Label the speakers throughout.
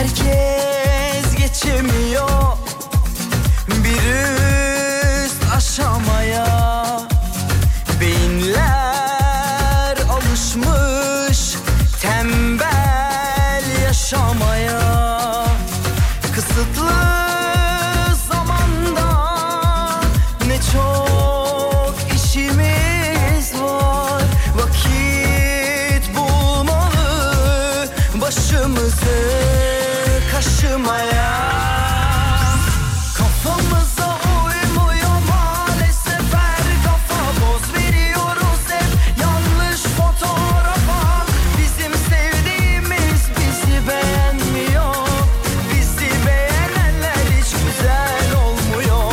Speaker 1: Herkes geçemiyor bir üst aşamaya Beyinler alışmış tembel yaşamaya Kısıtlı zamanda ne çok işimiz var Vakit bulmalı başımızı kaşımaya Kafamıza uymuyor maalesef her kafa boz veriyoruz hep yanlış fotoğrafa Bizim sevdiğimiz bizi beğenmiyor Bizi beğenenler hiç güzel olmuyor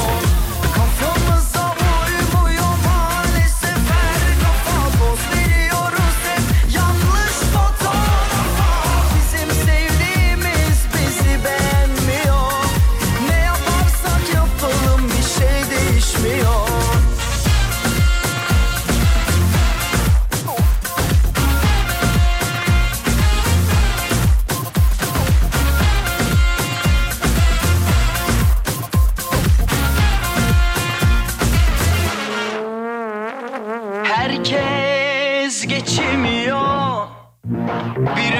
Speaker 1: Kafamıza uymuyor maalesef her kafa boz veriyoruz hep yanlış fotoğrafa Bizim sevdiğimiz bizi beğenmiyor Ne yaparsak yapalım bir şey değişmiyor Herkes geçemiyor bir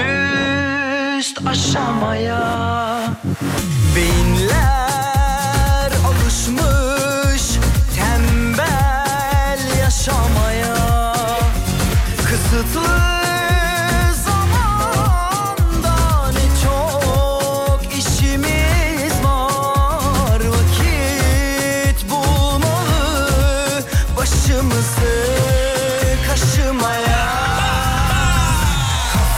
Speaker 1: üst aşamaya Beyinler alışmış tembel yaşamaya Kısıtlı zamanda ne çok işimiz var Vakit bulmalı başımızı kaşımaya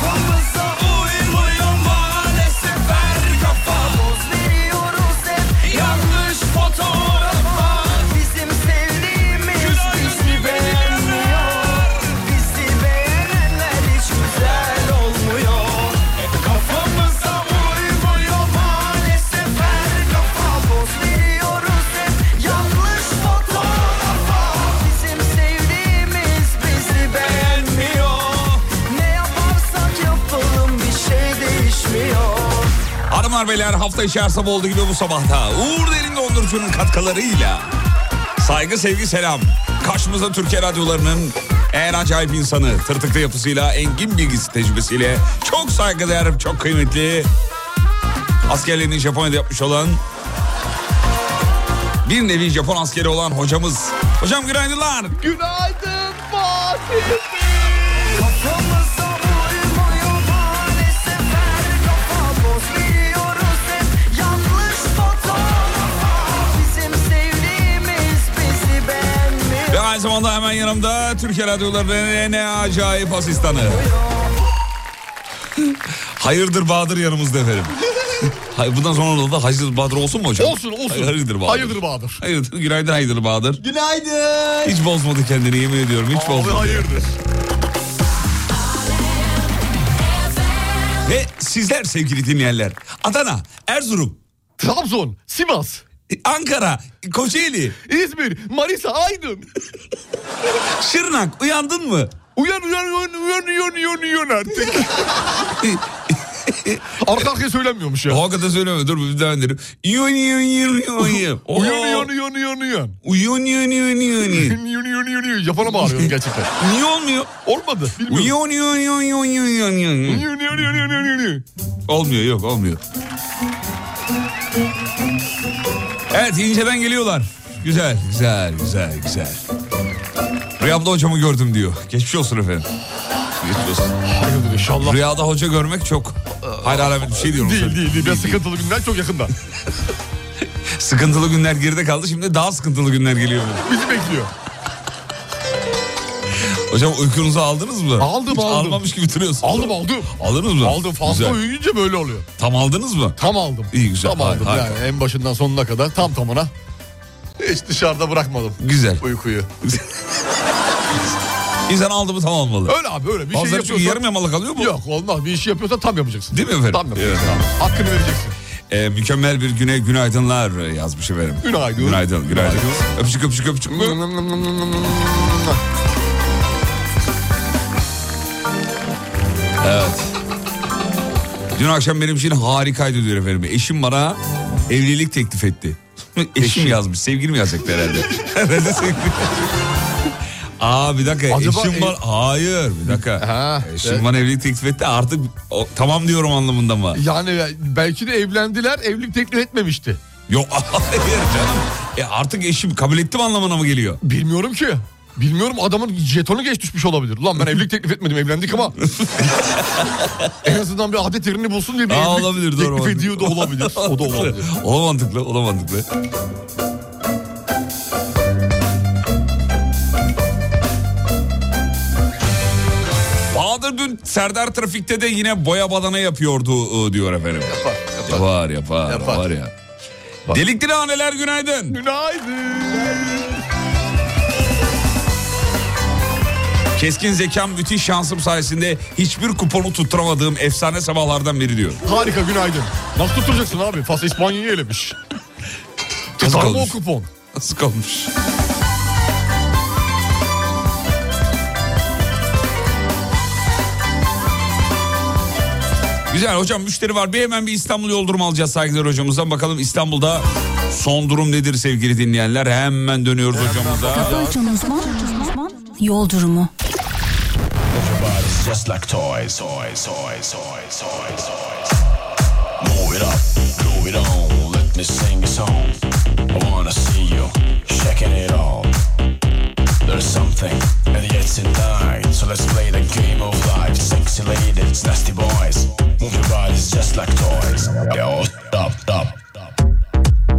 Speaker 1: Kafamıza uymuyor maalesef her kafa Boz veriyoruz hep yanlış fotoğrafa Bizim sevdiğimiz bizi beğenmiyor Bizi beğenenler hiç güzel olmuyor Kafamıza uymuyor maalesef her kafa Boz veriyoruz hep yanlış fotoğrafa Bizim sevdiğimiz bizi beğenmiyor ne yaparsak yapalım bir şey değişmiyor.
Speaker 2: Hanımlar beyler hafta içi her sabah olduğu gibi bu sabahta Uğur Derin Dondurucu'nun katkılarıyla saygı sevgi selam. Karşımızda Türkiye radyolarının en acayip insanı tırtıklı yapısıyla engin bilgisi tecrübesiyle çok saygıdeğer çok kıymetli askerliğini Japonya'da yapmış olan bir nevi Japon askeri olan hocamız. Hocam günaydınlar.
Speaker 1: Günaydın Fatih Kafamıza uymuyor maalesef her kafa boz veriyoruz hep yanlış fotoğrafa. Bizim sevdiğimiz bizi beğenmiyor.
Speaker 2: Ve aynı zamanda hemen yanımda Türkiye radyolarının en acayip asistanı. Hayırdır Bahadır yanımızda efendim. Hayır, bundan sonra da Hayırdır Bahadır olsun mu hocam?
Speaker 3: Olsun olsun.
Speaker 2: Hayırdır Bahadır.
Speaker 3: Hayırdır Bahadır.
Speaker 2: Hayırdır, günaydın Hayırdır Bahadır.
Speaker 1: Günaydın.
Speaker 2: Hiç bozmadı kendini yemin ediyorum hiç bozmadı.
Speaker 3: hayırdır.
Speaker 2: Ve sizler sevgili dinleyenler Adana, Erzurum,
Speaker 3: Trabzon, Sivas,
Speaker 2: Ankara, Kocaeli,
Speaker 3: İzmir, Manisa, Aydın.
Speaker 2: Şırnak uyandın mı?
Speaker 3: Uyan uyan uyan uyan uyan uyan uyan artık. Arka arkaya söylemiyormuş ya.
Speaker 2: Hakikaten söyleme dur bir daha derim. Yun yun yun yun yun. Oo.
Speaker 3: Uyan uyan uyan uyan uyan.
Speaker 2: Uyun yun yun yun yun.
Speaker 3: Yun yun yun yun yun. Japona bağırıyorum gerçekten.
Speaker 2: Niye olmuyor?
Speaker 3: Olmadı. Bilmiyorum.
Speaker 2: Yun yun yun yun yun yun yun.
Speaker 3: Yun yun yun yun yun yun.
Speaker 2: Olmuyor yok olmuyor. Evet İnce'den geliyorlar. Güzel güzel güzel güzel. Rüyamda hocamı gördüm diyor. Geçmiş olsun efendim. Geçmiş olsun.
Speaker 3: Hayırdır inşallah.
Speaker 2: Rüyada hoca görmek çok hayır alamet bir şey diyorum.
Speaker 3: Değil
Speaker 2: sana.
Speaker 3: değil değil. Biraz sıkıntılı günler çok yakında.
Speaker 2: Sıkıntılı günler geride kaldı. Şimdi daha sıkıntılı günler geliyor.
Speaker 4: Bizi bekliyor.
Speaker 2: Hocam uykunuzu aldınız mı?
Speaker 4: Aldım,
Speaker 2: Hiç
Speaker 4: aldım.
Speaker 2: Almamış gibi duruyorsunuz.
Speaker 4: Aldım aldım.
Speaker 2: Aldınız mı?
Speaker 4: Aldım fazla
Speaker 2: Güzel.
Speaker 4: uyuyunca böyle oluyor.
Speaker 2: Tam aldınız mı?
Speaker 4: Tam aldım.
Speaker 2: İyi, güzel.
Speaker 4: Tam
Speaker 2: Hayır,
Speaker 4: aldım
Speaker 2: hayır.
Speaker 4: yani en başından sonuna kadar tam tamına. Hiç dışarıda bırakmadım
Speaker 2: Güzel.
Speaker 4: uykuyu.
Speaker 2: İnsan aldı mı tam almalı.
Speaker 4: Öyle abi öyle bir şey
Speaker 2: Bazıları çünkü
Speaker 4: yapıyorsan.
Speaker 2: yarım yamalı kalıyor mu?
Speaker 4: Yok olmaz bir işi yapıyorsan tam yapacaksın.
Speaker 2: Değil mi efendim?
Speaker 4: Tam yapacaksın.
Speaker 2: Evet.
Speaker 4: abi. Hakkını vereceksin.
Speaker 2: Ee, mükemmel bir güne günaydınlar yazmış efendim.
Speaker 4: Günaydın.
Speaker 2: Günaydın, günaydın. Öpücük öpücük öpücük. Dün akşam benim için harikaydı diyor efendim. Eşim bana evlilik teklif etti. Eşim, yazmış. Sevgilim yazacaktı herhalde. herhalde sevgilim. Aa bir dakika
Speaker 4: Acaba
Speaker 2: eşim
Speaker 4: ev-
Speaker 2: var. Hayır bir dakika.
Speaker 4: Ha,
Speaker 2: eşim
Speaker 4: evet.
Speaker 2: bana evlilik teklif etti artık o- tamam diyorum anlamında mı?
Speaker 4: Yani belki de evlendiler evlilik teklif etmemişti.
Speaker 2: Yok hayır canım. E artık eşim kabul ettim anlamına mı geliyor?
Speaker 4: Bilmiyorum ki. Bilmiyorum adamın jetonu geç düşmüş olabilir. Lan ben evlilik teklif etmedim evlendik ama. en azından bir adet yerini bulsun diye bir
Speaker 2: Aa,
Speaker 4: evlilik
Speaker 2: olabilir, doğru,
Speaker 4: teklif
Speaker 2: olabilir.
Speaker 4: ediyor da olabilir. O da olabilir.
Speaker 2: O da mantıklı, o da mantıklı. Bahadır dün Serdar Trafik'te de yine boya badana yapıyordu ı, diyor efendim.
Speaker 4: Yapar, yapar.
Speaker 2: Yapar yapar,
Speaker 4: Yapar.
Speaker 2: var ya. Delikli haneler günaydın.
Speaker 4: Günaydın.
Speaker 2: Keskin zekam müthiş şansım sayesinde hiçbir kuponu tutturamadığım efsane sabahlardan biri diyor.
Speaker 4: Harika günaydın. Nasıl tutturacaksın abi? Fas İspanya'yı elemiş. Tutar mı o
Speaker 2: kalmış?
Speaker 4: kupon?
Speaker 2: Nasıl kalmış? Güzel hocam müşteri var. Bir hemen bir İstanbul yoldurumu alacağız saygılar hocamızdan. Bakalım İstanbul'da son durum nedir sevgili dinleyenler? Hemen dönüyoruz hocamıza.
Speaker 5: Kafa Açan Uzman Yol Durumu
Speaker 6: just like toys, toys, toys, toys, toys, toys. Move it up, groove it on. Let me sing a song. I wanna see you shaking it all. There's something, and yet it's night. So let's play the game of life. Sexy ladies, nasty boys. Move your bodies just like toys. Yo, stop, stop.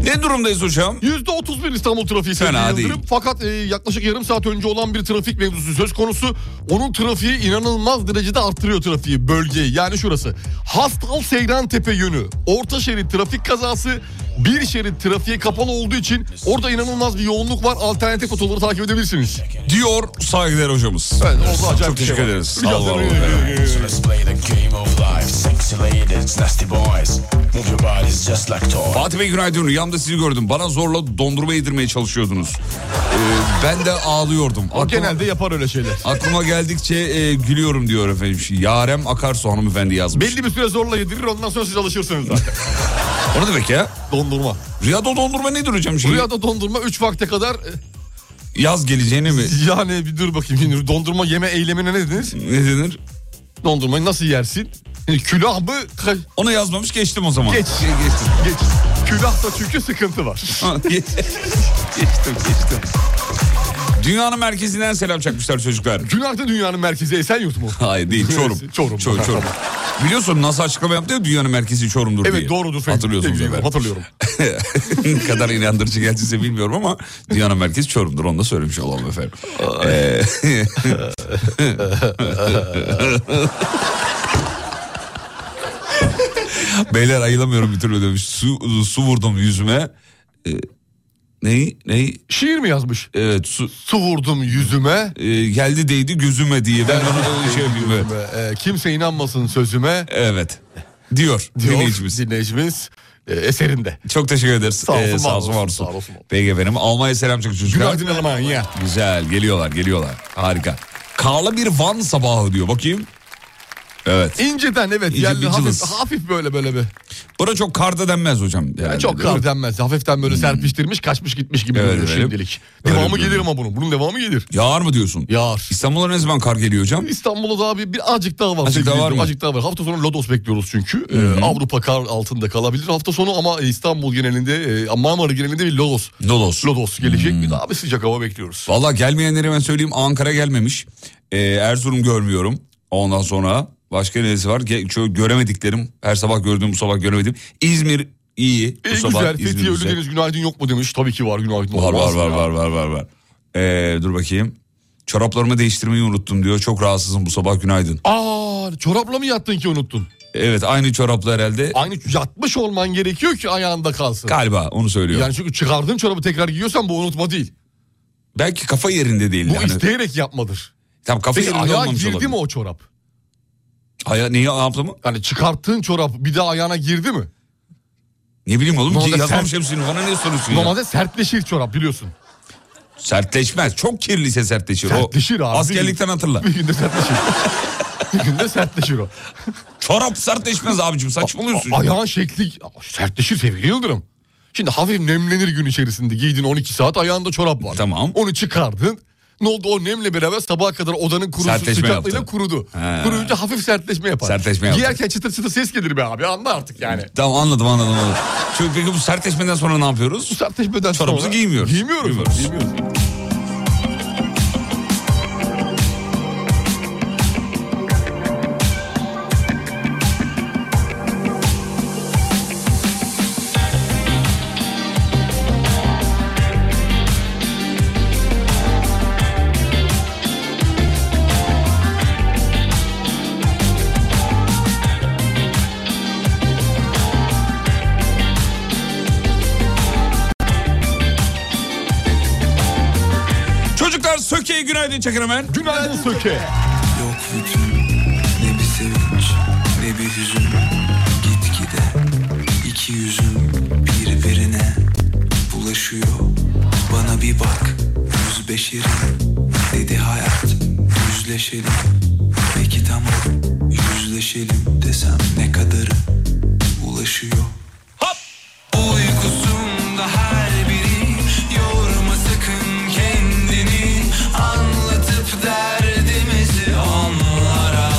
Speaker 2: Ne durumdayız hocam?
Speaker 4: %31 İstanbul trafiği sevgili
Speaker 2: Fena
Speaker 4: Yıldırım.
Speaker 2: değil.
Speaker 4: Fakat e, yaklaşık yarım saat önce olan bir trafik mevzusu söz konusu. Onun trafiği inanılmaz derecede arttırıyor trafiği bölgeyi. Yani şurası. Hastal Seyran Tepe yönü. Orta şerit trafik kazası. Bir şerit trafiğe kapalı olduğu için orada inanılmaz bir yoğunluk var. Alternatif otoları takip edebilirsiniz.
Speaker 2: Diyor saygılar hocamız.
Speaker 4: Evet, orada acayip
Speaker 2: Çok
Speaker 4: bir şey
Speaker 2: teşekkür
Speaker 4: var.
Speaker 2: ederiz.
Speaker 4: Rica
Speaker 2: Sağ olun.
Speaker 4: ederim.
Speaker 6: So let's play the game of life. Sexy ladies, nasty boys. Move your bodies just like toys.
Speaker 2: Fatih Bey günaydın. Rüyamda sizi gördüm. Bana zorla dondurma yedirmeye çalışıyordunuz. Ee, ben de ağlıyordum.
Speaker 4: O
Speaker 2: Aklıma-
Speaker 4: genelde yapar öyle şeyler.
Speaker 2: Aklıma geldikçe e, gülüyorum diyor efendim. Şu Yarem Akarsu hanımefendi yazmış.
Speaker 4: Belli bir süre zorla yedirir ondan sonra siz alışırsınız zaten.
Speaker 2: O ne demek ya?
Speaker 4: dondurma.
Speaker 2: Rüyada dondurma nedir hocam şimdi?
Speaker 4: Şey- Rüyada dondurma 3 vakte kadar e,
Speaker 2: Yaz geleceğini mi?
Speaker 4: yani bir dur bakayım. Şimdi Dondurma yeme eylemine ne dediniz?
Speaker 2: Ne denir?
Speaker 4: Dondurmayı nasıl yersin? E, Külah mı? Ka-
Speaker 2: Onu yazmamış geçtim o zaman.
Speaker 4: Geç. Geç. Külahta çünkü sıkıntı var.
Speaker 2: Ha, geç- geçtim geçtim. Dünyanın merkezinden selam çakmışlar çocuklar.
Speaker 4: Günahta dünyanın merkezi Esenyurt mu?
Speaker 2: Hayır değil Çorum.
Speaker 4: Neresi? Çorum.
Speaker 2: Çorum. Çorum. Biliyorsun NASA açıklama yaptı ya dünyanın merkezi Çorum'dur diye.
Speaker 4: Evet doğrudur. Fehmi.
Speaker 2: Hatırlıyorsunuz
Speaker 4: Tebrik ederim,
Speaker 2: efendim.
Speaker 4: Hatırlıyorum.
Speaker 2: ne kadar inandırıcı geldiyse bilmiyorum ama dünyanın merkezi Çorum'dur onu da söylemiş olalım efendim. Ee, Beyler ayılamıyorum bir türlü demiş. Su, su vurdum yüzüme. Ee, neyi? Neyi?
Speaker 4: Şiir mi yazmış?
Speaker 2: Evet su
Speaker 4: Su vurdum yüzüme.
Speaker 2: e, geldi değdi gözüme diye. Ben onu şey yapayım. evet.
Speaker 4: e, Kimse inanmasın sözüme.
Speaker 2: Evet. Diyor,
Speaker 4: Diyor
Speaker 2: dinleyicimiz.
Speaker 4: Dinleyicimiz e, eserinde.
Speaker 2: Çok teşekkür ederiz.
Speaker 4: Sağ olsun, var
Speaker 2: Ee, sağ
Speaker 4: olsun,
Speaker 2: olsun, var olsun.
Speaker 4: sağ olsun, var olsun.
Speaker 2: Peki efendim. Almanya selam çok çocuklar.
Speaker 4: Günaydın Almanya.
Speaker 2: Güzel geliyorlar geliyorlar. Harika. Karlı bir Van sabahı diyor. Bakayım. Evet.
Speaker 4: İnceden evet.
Speaker 2: İnce
Speaker 4: Yani
Speaker 2: bir
Speaker 4: hafif,
Speaker 2: cılız.
Speaker 4: hafif böyle böyle bir.
Speaker 2: Buna çok karda denmez hocam. herhalde,
Speaker 4: Çok
Speaker 2: değil mi?
Speaker 4: kar denmez. Hafiften böyle serpiştirmiş kaçmış gitmiş gibi
Speaker 2: Hmm. Evet,
Speaker 4: duruyor
Speaker 2: öyle.
Speaker 4: şimdilik.
Speaker 2: Öyle
Speaker 4: Devamı
Speaker 2: duruyor.
Speaker 4: gelir ama bunun. Bunun devamı gelir.
Speaker 2: Yağar mı diyorsun?
Speaker 4: Yağar.
Speaker 2: İstanbul'a ne zaman kar geliyor hocam?
Speaker 4: İstanbul'da daha bir, bir azıcık daha var.
Speaker 2: Azıcık daha
Speaker 4: Sevgili
Speaker 2: var mı?
Speaker 4: Azıcık daha var. Hafta sonu Lodos bekliyoruz çünkü. Ee, Avrupa kar altında kalabilir hafta sonu ama e, İstanbul genelinde, e, Marmara genelinde bir Lodos.
Speaker 2: Lodos. Hmm.
Speaker 4: Lodos gelecek. Bir daha bir sıcak hava bekliyoruz.
Speaker 2: Valla gelmeyenleri ben söyleyeyim Ankara gelmemiş. Ee, Erzurum görmüyorum. Ondan sonra başka neresi var? Ge- şöyle göremediklerim. Her sabah gördüğüm bu sabah göremedim. İzmir iyi. Bu
Speaker 4: E,
Speaker 2: sabah
Speaker 4: güzel. Fethiye
Speaker 2: İzmir'imize.
Speaker 4: Ölüdeniz günaydın yok mu demiş. Tabii ki var günaydın.
Speaker 2: Var var
Speaker 4: Olmaz mı
Speaker 2: var
Speaker 4: ya?
Speaker 2: var var var var. Ee, dur bakayım. Çoraplarımı değiştirmeyi unuttum diyor. Çok rahatsızım bu sabah günaydın.
Speaker 4: Aa çorapla mı yattın ki unuttun?
Speaker 2: Evet aynı çorapla herhalde.
Speaker 4: Aynı yatmış olman gerekiyor ki ayağında kalsın.
Speaker 2: Galiba onu söylüyor.
Speaker 4: yani çünkü çıkardığın çorabı tekrar giyiyorsan bu unutma değil.
Speaker 2: Belki kafa yerinde değil.
Speaker 4: Bu
Speaker 2: yani.
Speaker 4: isteyerek yapmadır.
Speaker 2: Tam kafa
Speaker 4: Peki
Speaker 2: yerinde
Speaker 4: ayağa
Speaker 2: olmamış
Speaker 4: girdi
Speaker 2: olabilir.
Speaker 4: mi o çorap?
Speaker 2: Aya, neyi yaptı mı?
Speaker 4: Yani çıkarttığın çorap bir daha ayağına girdi mi?
Speaker 2: Ne bileyim oğlum
Speaker 4: Normalde
Speaker 2: yazmamış
Speaker 4: sen-
Speaker 2: hepsini bana ne soruyorsun ya?
Speaker 4: Normalde sertleşir çorap biliyorsun.
Speaker 2: Sertleşmez. Çok kirliyse sertleşir.
Speaker 4: Sertleşir
Speaker 2: o,
Speaker 4: abi.
Speaker 2: Askerlikten hatırla.
Speaker 4: Bir günde sertleşir. bir günde sertleşir o.
Speaker 2: Çorap sertleşmez abicim saçmalıyorsun.
Speaker 4: A- Ayağın şekli sertleşir sevgili Yıldırım. Şimdi hafif nemlenir gün içerisinde giydin 12 saat ayağında çorap var.
Speaker 2: Tamam.
Speaker 4: Onu çıkardın. Ne oldu o nemle beraber sabaha kadar odanın kurusu
Speaker 2: Sertleşme
Speaker 4: sıcaklığıyla
Speaker 2: yaptı.
Speaker 4: kurudu.
Speaker 2: He.
Speaker 4: Kuruyunca hafif sertleşme yapar.
Speaker 2: Sertleşme yaptı.
Speaker 4: Giyerken çıtır çıtır ses gelir be abi anla artık yani.
Speaker 2: Tamam anladım anladım. anladım. Çünkü peki bu sertleşmeden sonra ne yapıyoruz?
Speaker 4: Bu sertleşmeden sonra...
Speaker 2: Çorabımızı giymiyoruz.
Speaker 4: Giymiyoruz.
Speaker 2: Giymiyoruz.
Speaker 4: Giymiyoruz.
Speaker 2: Çocuklar sökeyi günaydın çakın hemen.
Speaker 4: Günaydın Söke.
Speaker 1: Yok hüzün ne bir sevinç ne bir hüzün Gitgide iki yüzüm birbirine bulaşıyor Bana bir bak yüzbeşerim dedi hayat yüzleşelim Peki tamam yüzleşelim desem ne kadarı ulaşıyor
Speaker 2: Hop.
Speaker 1: Uykusunda her biri yorma sakın kendini anlatıp derdimizi onlara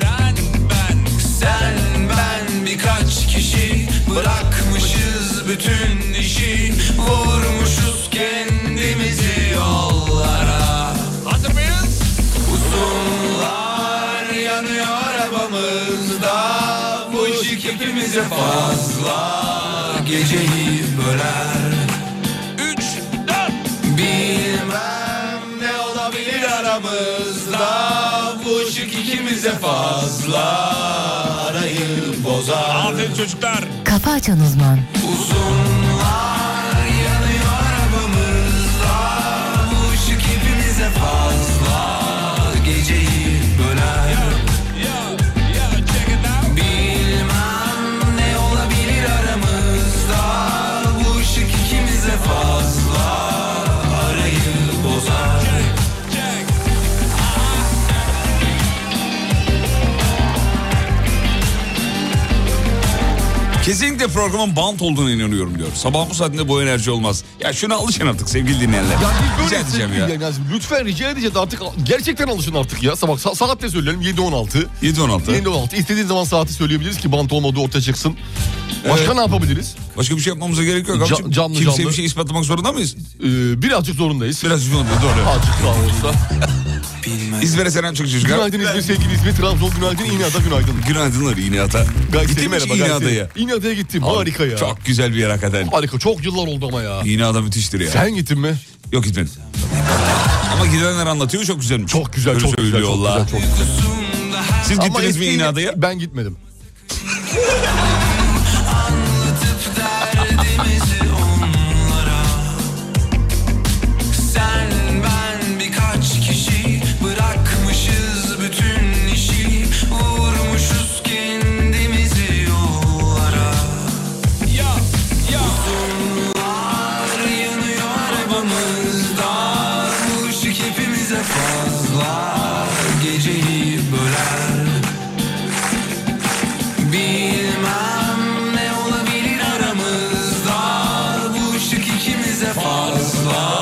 Speaker 1: sen ben sen ben birkaç kişi bırakmışız bütün işi vurmuşuz kendimizi yollara hazır mıyız? Uzunlar yanıyor arabamızda bu iş ikimize fazla geceyi böler Üç, dört Bilmem ne olabilir aramızda Bu ışık ikimize fazla Arayı bozar
Speaker 2: Aferin çocuklar.
Speaker 7: Kafa Açan Uzman.
Speaker 1: Uzunlar yanıyor arabamızda Bu ışık hepimize fazla Geceyi böler Bilmem ne olabilir aramızda Bu ışık ikimize fazla Arayı bozar
Speaker 2: Kesinlikle programın bant olduğuna inanıyorum diyor. Sabah bu saatinde bu enerji olmaz. Ya şuna alışın artık sevgili dinleyenler.
Speaker 4: Ya biz
Speaker 2: Rica
Speaker 4: böyle
Speaker 2: edeceğim ya.
Speaker 4: yani lütfen rica edeceğiz artık gerçekten alışın artık ya. Sabah sa- saat ne söyleyelim 7.16.
Speaker 2: 7.16.
Speaker 4: 7.16. İstediğin zaman saati söyleyebiliriz ki bant olmadığı ortaya çıksın. Başka
Speaker 2: Evet.
Speaker 4: ne yapabiliriz?
Speaker 2: Başka bir şey yapmamıza gerek yok.
Speaker 4: Ca-
Speaker 2: abicim.
Speaker 4: canlı
Speaker 2: Kimseye
Speaker 4: canlı.
Speaker 2: bir şey ispatlamak zorunda mıyız?
Speaker 4: Ee, birazcık zorundayız.
Speaker 2: Biraz üzgün oluyor, doğru.
Speaker 4: Birazcık daha olursa.
Speaker 1: Bilmem
Speaker 2: İzmir'e selam çok çocuklar.
Speaker 4: Günaydın İzmir, sevgili İzmir, Trabzon, günaydın, İğneada günaydın.
Speaker 2: Günaydınlar İğneata. Gittin mi hiç İğneada'ya?
Speaker 4: İğneada'ya gittim, harika ya.
Speaker 2: Çok güzel bir yer hakikaten.
Speaker 4: Harika, çok yıllar oldu ama ya.
Speaker 2: İğneada müthiştir ya.
Speaker 4: Sen gittin mi?
Speaker 2: Yok gitmedim. Ama gidenler anlatıyor çok güzelmiş.
Speaker 4: Çok güzel,
Speaker 2: Öyle
Speaker 4: çok güzel, çok
Speaker 2: söylüyorlar.
Speaker 4: güzel, çok güzel.
Speaker 2: Siz
Speaker 4: Ama
Speaker 2: gittiniz mi
Speaker 4: eski-
Speaker 2: İğneada'ya?
Speaker 4: Ben gitmedim.
Speaker 1: derdimizi onlara Sen ben birkaç kişi bırakmışız bütün işi Vurmuşuz kendimizi yollara Ya ya Uzunlar yanıyor arabamızda Bu ışık hepimize fazla Geceyi böler Bilmem ne olabilir aramızda Bu ışık ikimize fazla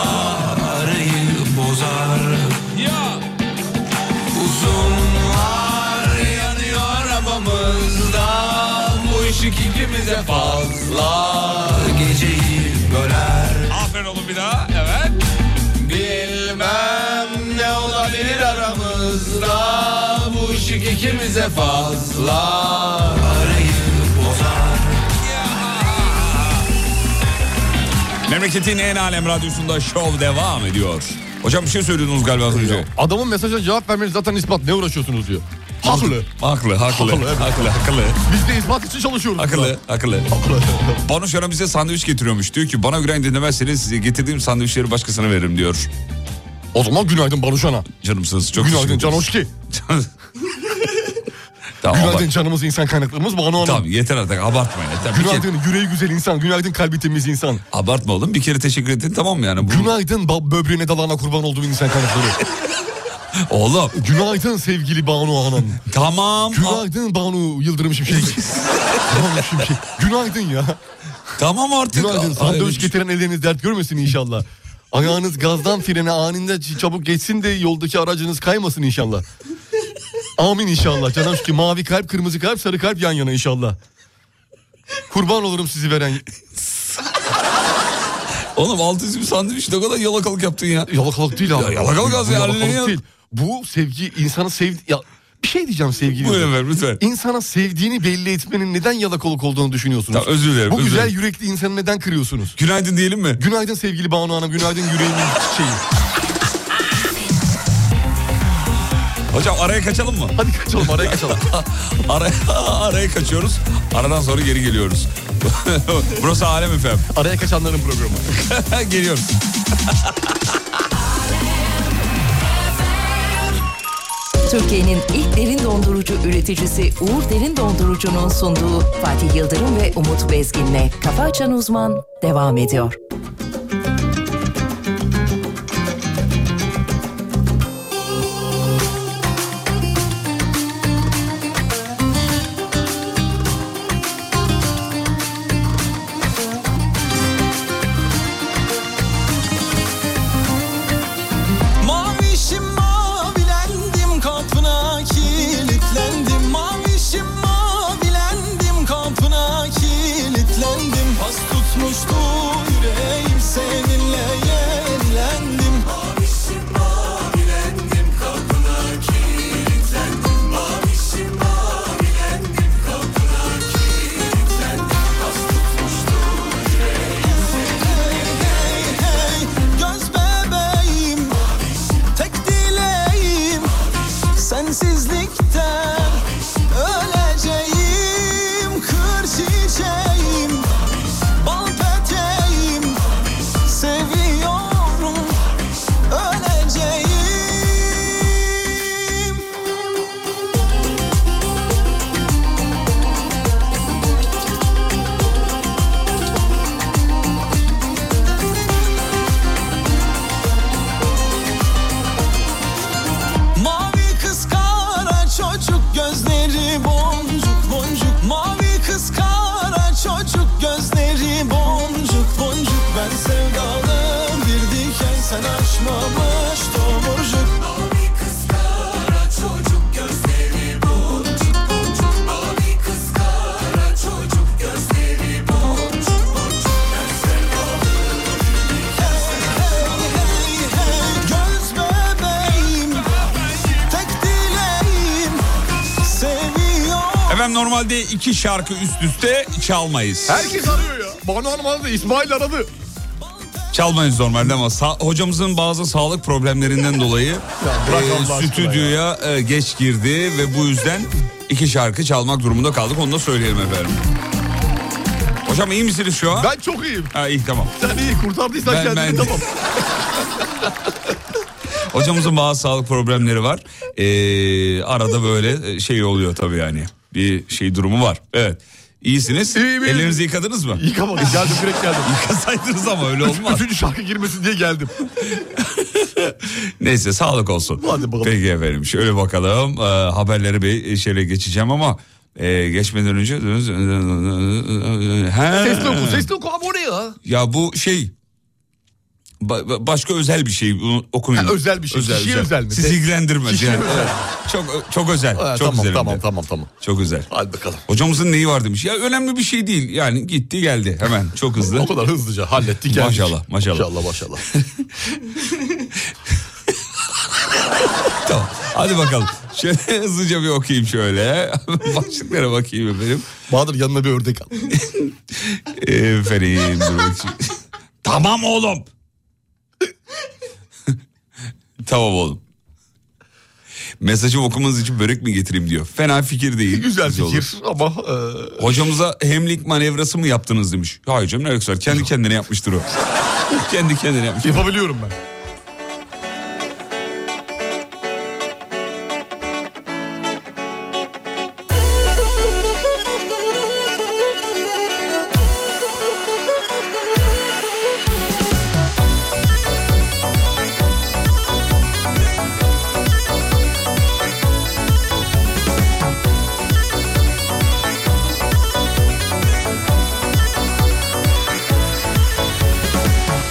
Speaker 1: Arayı bozar Uzunlar yanıyor arabamızda Bu ışık ikimize fazla Geceyi böler
Speaker 2: Aferin oğlum bir daha. Evet.
Speaker 1: Bilmem ne olabilir aramızda Bu ışık ikimize fazla Arayı bozar
Speaker 2: Memleketin en alem radyosunda şov devam ediyor. Hocam bir şey söylüyordunuz galiba az önce.
Speaker 4: Adamın mesaja cevap vermeniz zaten ispat. Ne uğraşıyorsunuz diyor. Haklı.
Speaker 2: Haklı, haklı,
Speaker 4: Haklı, evet.
Speaker 2: haklı, haklı.
Speaker 4: Biz de ispat için çalışıyoruz.
Speaker 2: Akıllı, akıllı. Banu Şaran bize sandviç getiriyormuş. Diyor ki bana gülen dinlemezseniz size getirdiğim sandviçleri başkasına veririm diyor.
Speaker 4: O zaman günaydın Baruşan'a.
Speaker 2: Canımsınız. Çok
Speaker 4: Günaydın
Speaker 2: teşekkür
Speaker 4: Can
Speaker 2: ederiz.
Speaker 4: Hoşki.
Speaker 2: Tamam,
Speaker 4: Günaydın
Speaker 2: abart-
Speaker 4: canımız insan kaynaklarımız Banu Hanım.
Speaker 2: Tamam yeter artık abartmayın. Yeter. Bir kere-
Speaker 4: Günaydın yüreği güzel insan. Günaydın kalbi temiz insan.
Speaker 2: abartma oğlum bir kere teşekkür ettin tamam mı yani? Bu...
Speaker 4: Günaydın ba- böbreğine dalağına kurban olduğum insan kaynakları.
Speaker 2: Oğlum
Speaker 4: Günaydın sevgili Banu Hanım.
Speaker 2: tamam. a-
Speaker 4: Günaydın Banu Yıldırım Şimşek. Banu Şimşek. Günaydın ya.
Speaker 2: tamam artık.
Speaker 4: Günaydın.
Speaker 2: Ay,
Speaker 4: Sandviç
Speaker 2: ay,
Speaker 4: getiren elleriniz dert görmesin inşallah. Ayağınız gazdan frene anında ç- çabuk geçsin de yoldaki aracınız kaymasın inşallah. Amin inşallah. Canan ki mavi kalp, kırmızı kalp, sarı kalp yan yana inşallah. Kurban olurum sizi veren.
Speaker 2: Oğlum altı üstü bir sandviç ne kadar yalakalık yaptın ya.
Speaker 4: Yalakalık değil abi.
Speaker 2: Ya yalakalık az ya,
Speaker 4: Yalakalık
Speaker 2: ya.
Speaker 4: değil. Bu sevgi insanı sev... Ya, bir şey diyeceğim sevgili.
Speaker 2: Buyurun efendim lütfen.
Speaker 4: İnsana sevdiğini belli etmenin neden yalakalık olduğunu düşünüyorsunuz?
Speaker 2: Tamam, özür dilerim,
Speaker 4: Bu
Speaker 2: özür
Speaker 4: güzel
Speaker 2: dilerim.
Speaker 4: yürekli insanı neden kırıyorsunuz?
Speaker 2: Günaydın diyelim mi?
Speaker 4: Günaydın sevgili Banu Hanım, günaydın yüreğimin çiçeği.
Speaker 2: Hocam araya kaçalım mı?
Speaker 4: Hadi kaçalım araya kaçalım.
Speaker 2: Araya, araya kaçıyoruz. Aradan sonra geri geliyoruz. Burası Alem efendim.
Speaker 4: Araya kaçanların programı.
Speaker 2: Geliyorum.
Speaker 8: Türkiye'nin ilk derin dondurucu üreticisi Uğur Derin Dondurucu'nun sunduğu Fatih Yıldırım ve Umut Bezgin'le Kafa Açan Uzman devam ediyor.
Speaker 1: Mavişim mavilendim kapına kilitlendim Mavişim mavilendim kapına kilitlendim Pas tutmuştu yüreğim seninle yenilendim Mavişim mavilendim kapına kilitlendim Mavişim mavilendim kapına kilitlendim Pas tutmuştu yüreğim seninle Hey hey göz bebeğim Tek dileğim sensizlikten öleceğim Kır çiçeğim, bal peteğim Seviyorum, öleceğim Mavi kız kara çocuk gözleri boncuk boncuk Mavi kız kara çocuk gözleri boncuk boncuk Ben sevdalı bir diken sen açmamış tomurcuk Mavi kız kara çocuk gözleri boncuk boncuk Mavi kız kara çocuk gözleri boncuk boncuk Ben sevdalı bir diken sen Hey hey göz bebeğim Tek dileğim seviyorum.
Speaker 2: Efendim normalde iki şarkı üst üste çalmayız.
Speaker 4: Herkes arıyor ya. Banu Hanım aradı, İsmail aradı.
Speaker 2: Çalmayız normalde ama sa- hocamızın bazı sağlık problemlerinden dolayı
Speaker 4: bırak
Speaker 2: e,
Speaker 4: Allah aşkına
Speaker 2: stüdyoya e, geç girdi ve bu yüzden iki şarkı çalmak durumunda kaldık. Onu da söyleyelim efendim. Hocam iyi misiniz şu an?
Speaker 4: Ben çok iyiyim.
Speaker 2: Ha, iyi tamam.
Speaker 4: Sen iyi kurtardıysan
Speaker 2: Ben-
Speaker 4: kendini
Speaker 2: ben-
Speaker 4: tamam.
Speaker 2: Hocamızın bazı sağlık problemleri var. Ee, arada böyle şey oluyor tabii yani. Bir şey durumu var. Evet. İyisiniz.
Speaker 4: İyiyim, iyiyim.
Speaker 2: Ellerinizi yıkadınız mı?
Speaker 4: Yıkamadım. Geldim direkt geldim.
Speaker 2: Yıkasaydınız ama öyle olmaz.
Speaker 4: Üçüncü şarkı girmesin diye geldim.
Speaker 2: Neyse sağlık olsun.
Speaker 4: Hadi bakalım.
Speaker 2: Peki efendim şöyle bakalım. Ee, haberleri bir şöyle geçeceğim ama e, geçmeden önce... He.
Speaker 4: Sesli oku, sesli oku abi oraya. ya.
Speaker 2: Ya bu şey... ba- ba- başka özel bir şey bunu okuyun.
Speaker 4: Ha, özel bir şey. Kişiye özel mi?
Speaker 2: Sizi ilgilendirmez.
Speaker 4: Kişiye
Speaker 2: yani.
Speaker 4: özel.
Speaker 2: Çok çok özel.
Speaker 4: Ha,
Speaker 2: çok
Speaker 4: tamam,
Speaker 2: güzel. hem
Speaker 4: tamam,
Speaker 2: de.
Speaker 4: tamam, tamam.
Speaker 2: Çok güzel.
Speaker 4: Hadi bakalım.
Speaker 2: Hocamızın neyi var demiş. Ya önemli bir şey değil. Yani gitti geldi hemen çok hızlı.
Speaker 4: O kadar hızlıca hallettik geldik.
Speaker 2: Maşallah, maşallah.
Speaker 4: Maşallah, maşallah.
Speaker 2: Tamam. Hadi bakalım. Şöyle hızlıca bir okuyayım şöyle. Başlıklara bakayım efendim.
Speaker 4: Bahadır yanına bir ördek al.
Speaker 2: Efendim. dur bakayım. Tamam oğlum. tamam oğlum. Mesajı okumanız için börek mi getireyim diyor. Fena fikir değil.
Speaker 4: Güzel
Speaker 2: olur.
Speaker 4: fikir ama e,
Speaker 2: Hocamıza hemlik manevrası mı yaptınız demiş. Hayır canım ne alakası var. Kendi kendine yapmıştır o. Kendi kendine yapmış.
Speaker 4: e, yapabiliyorum ben.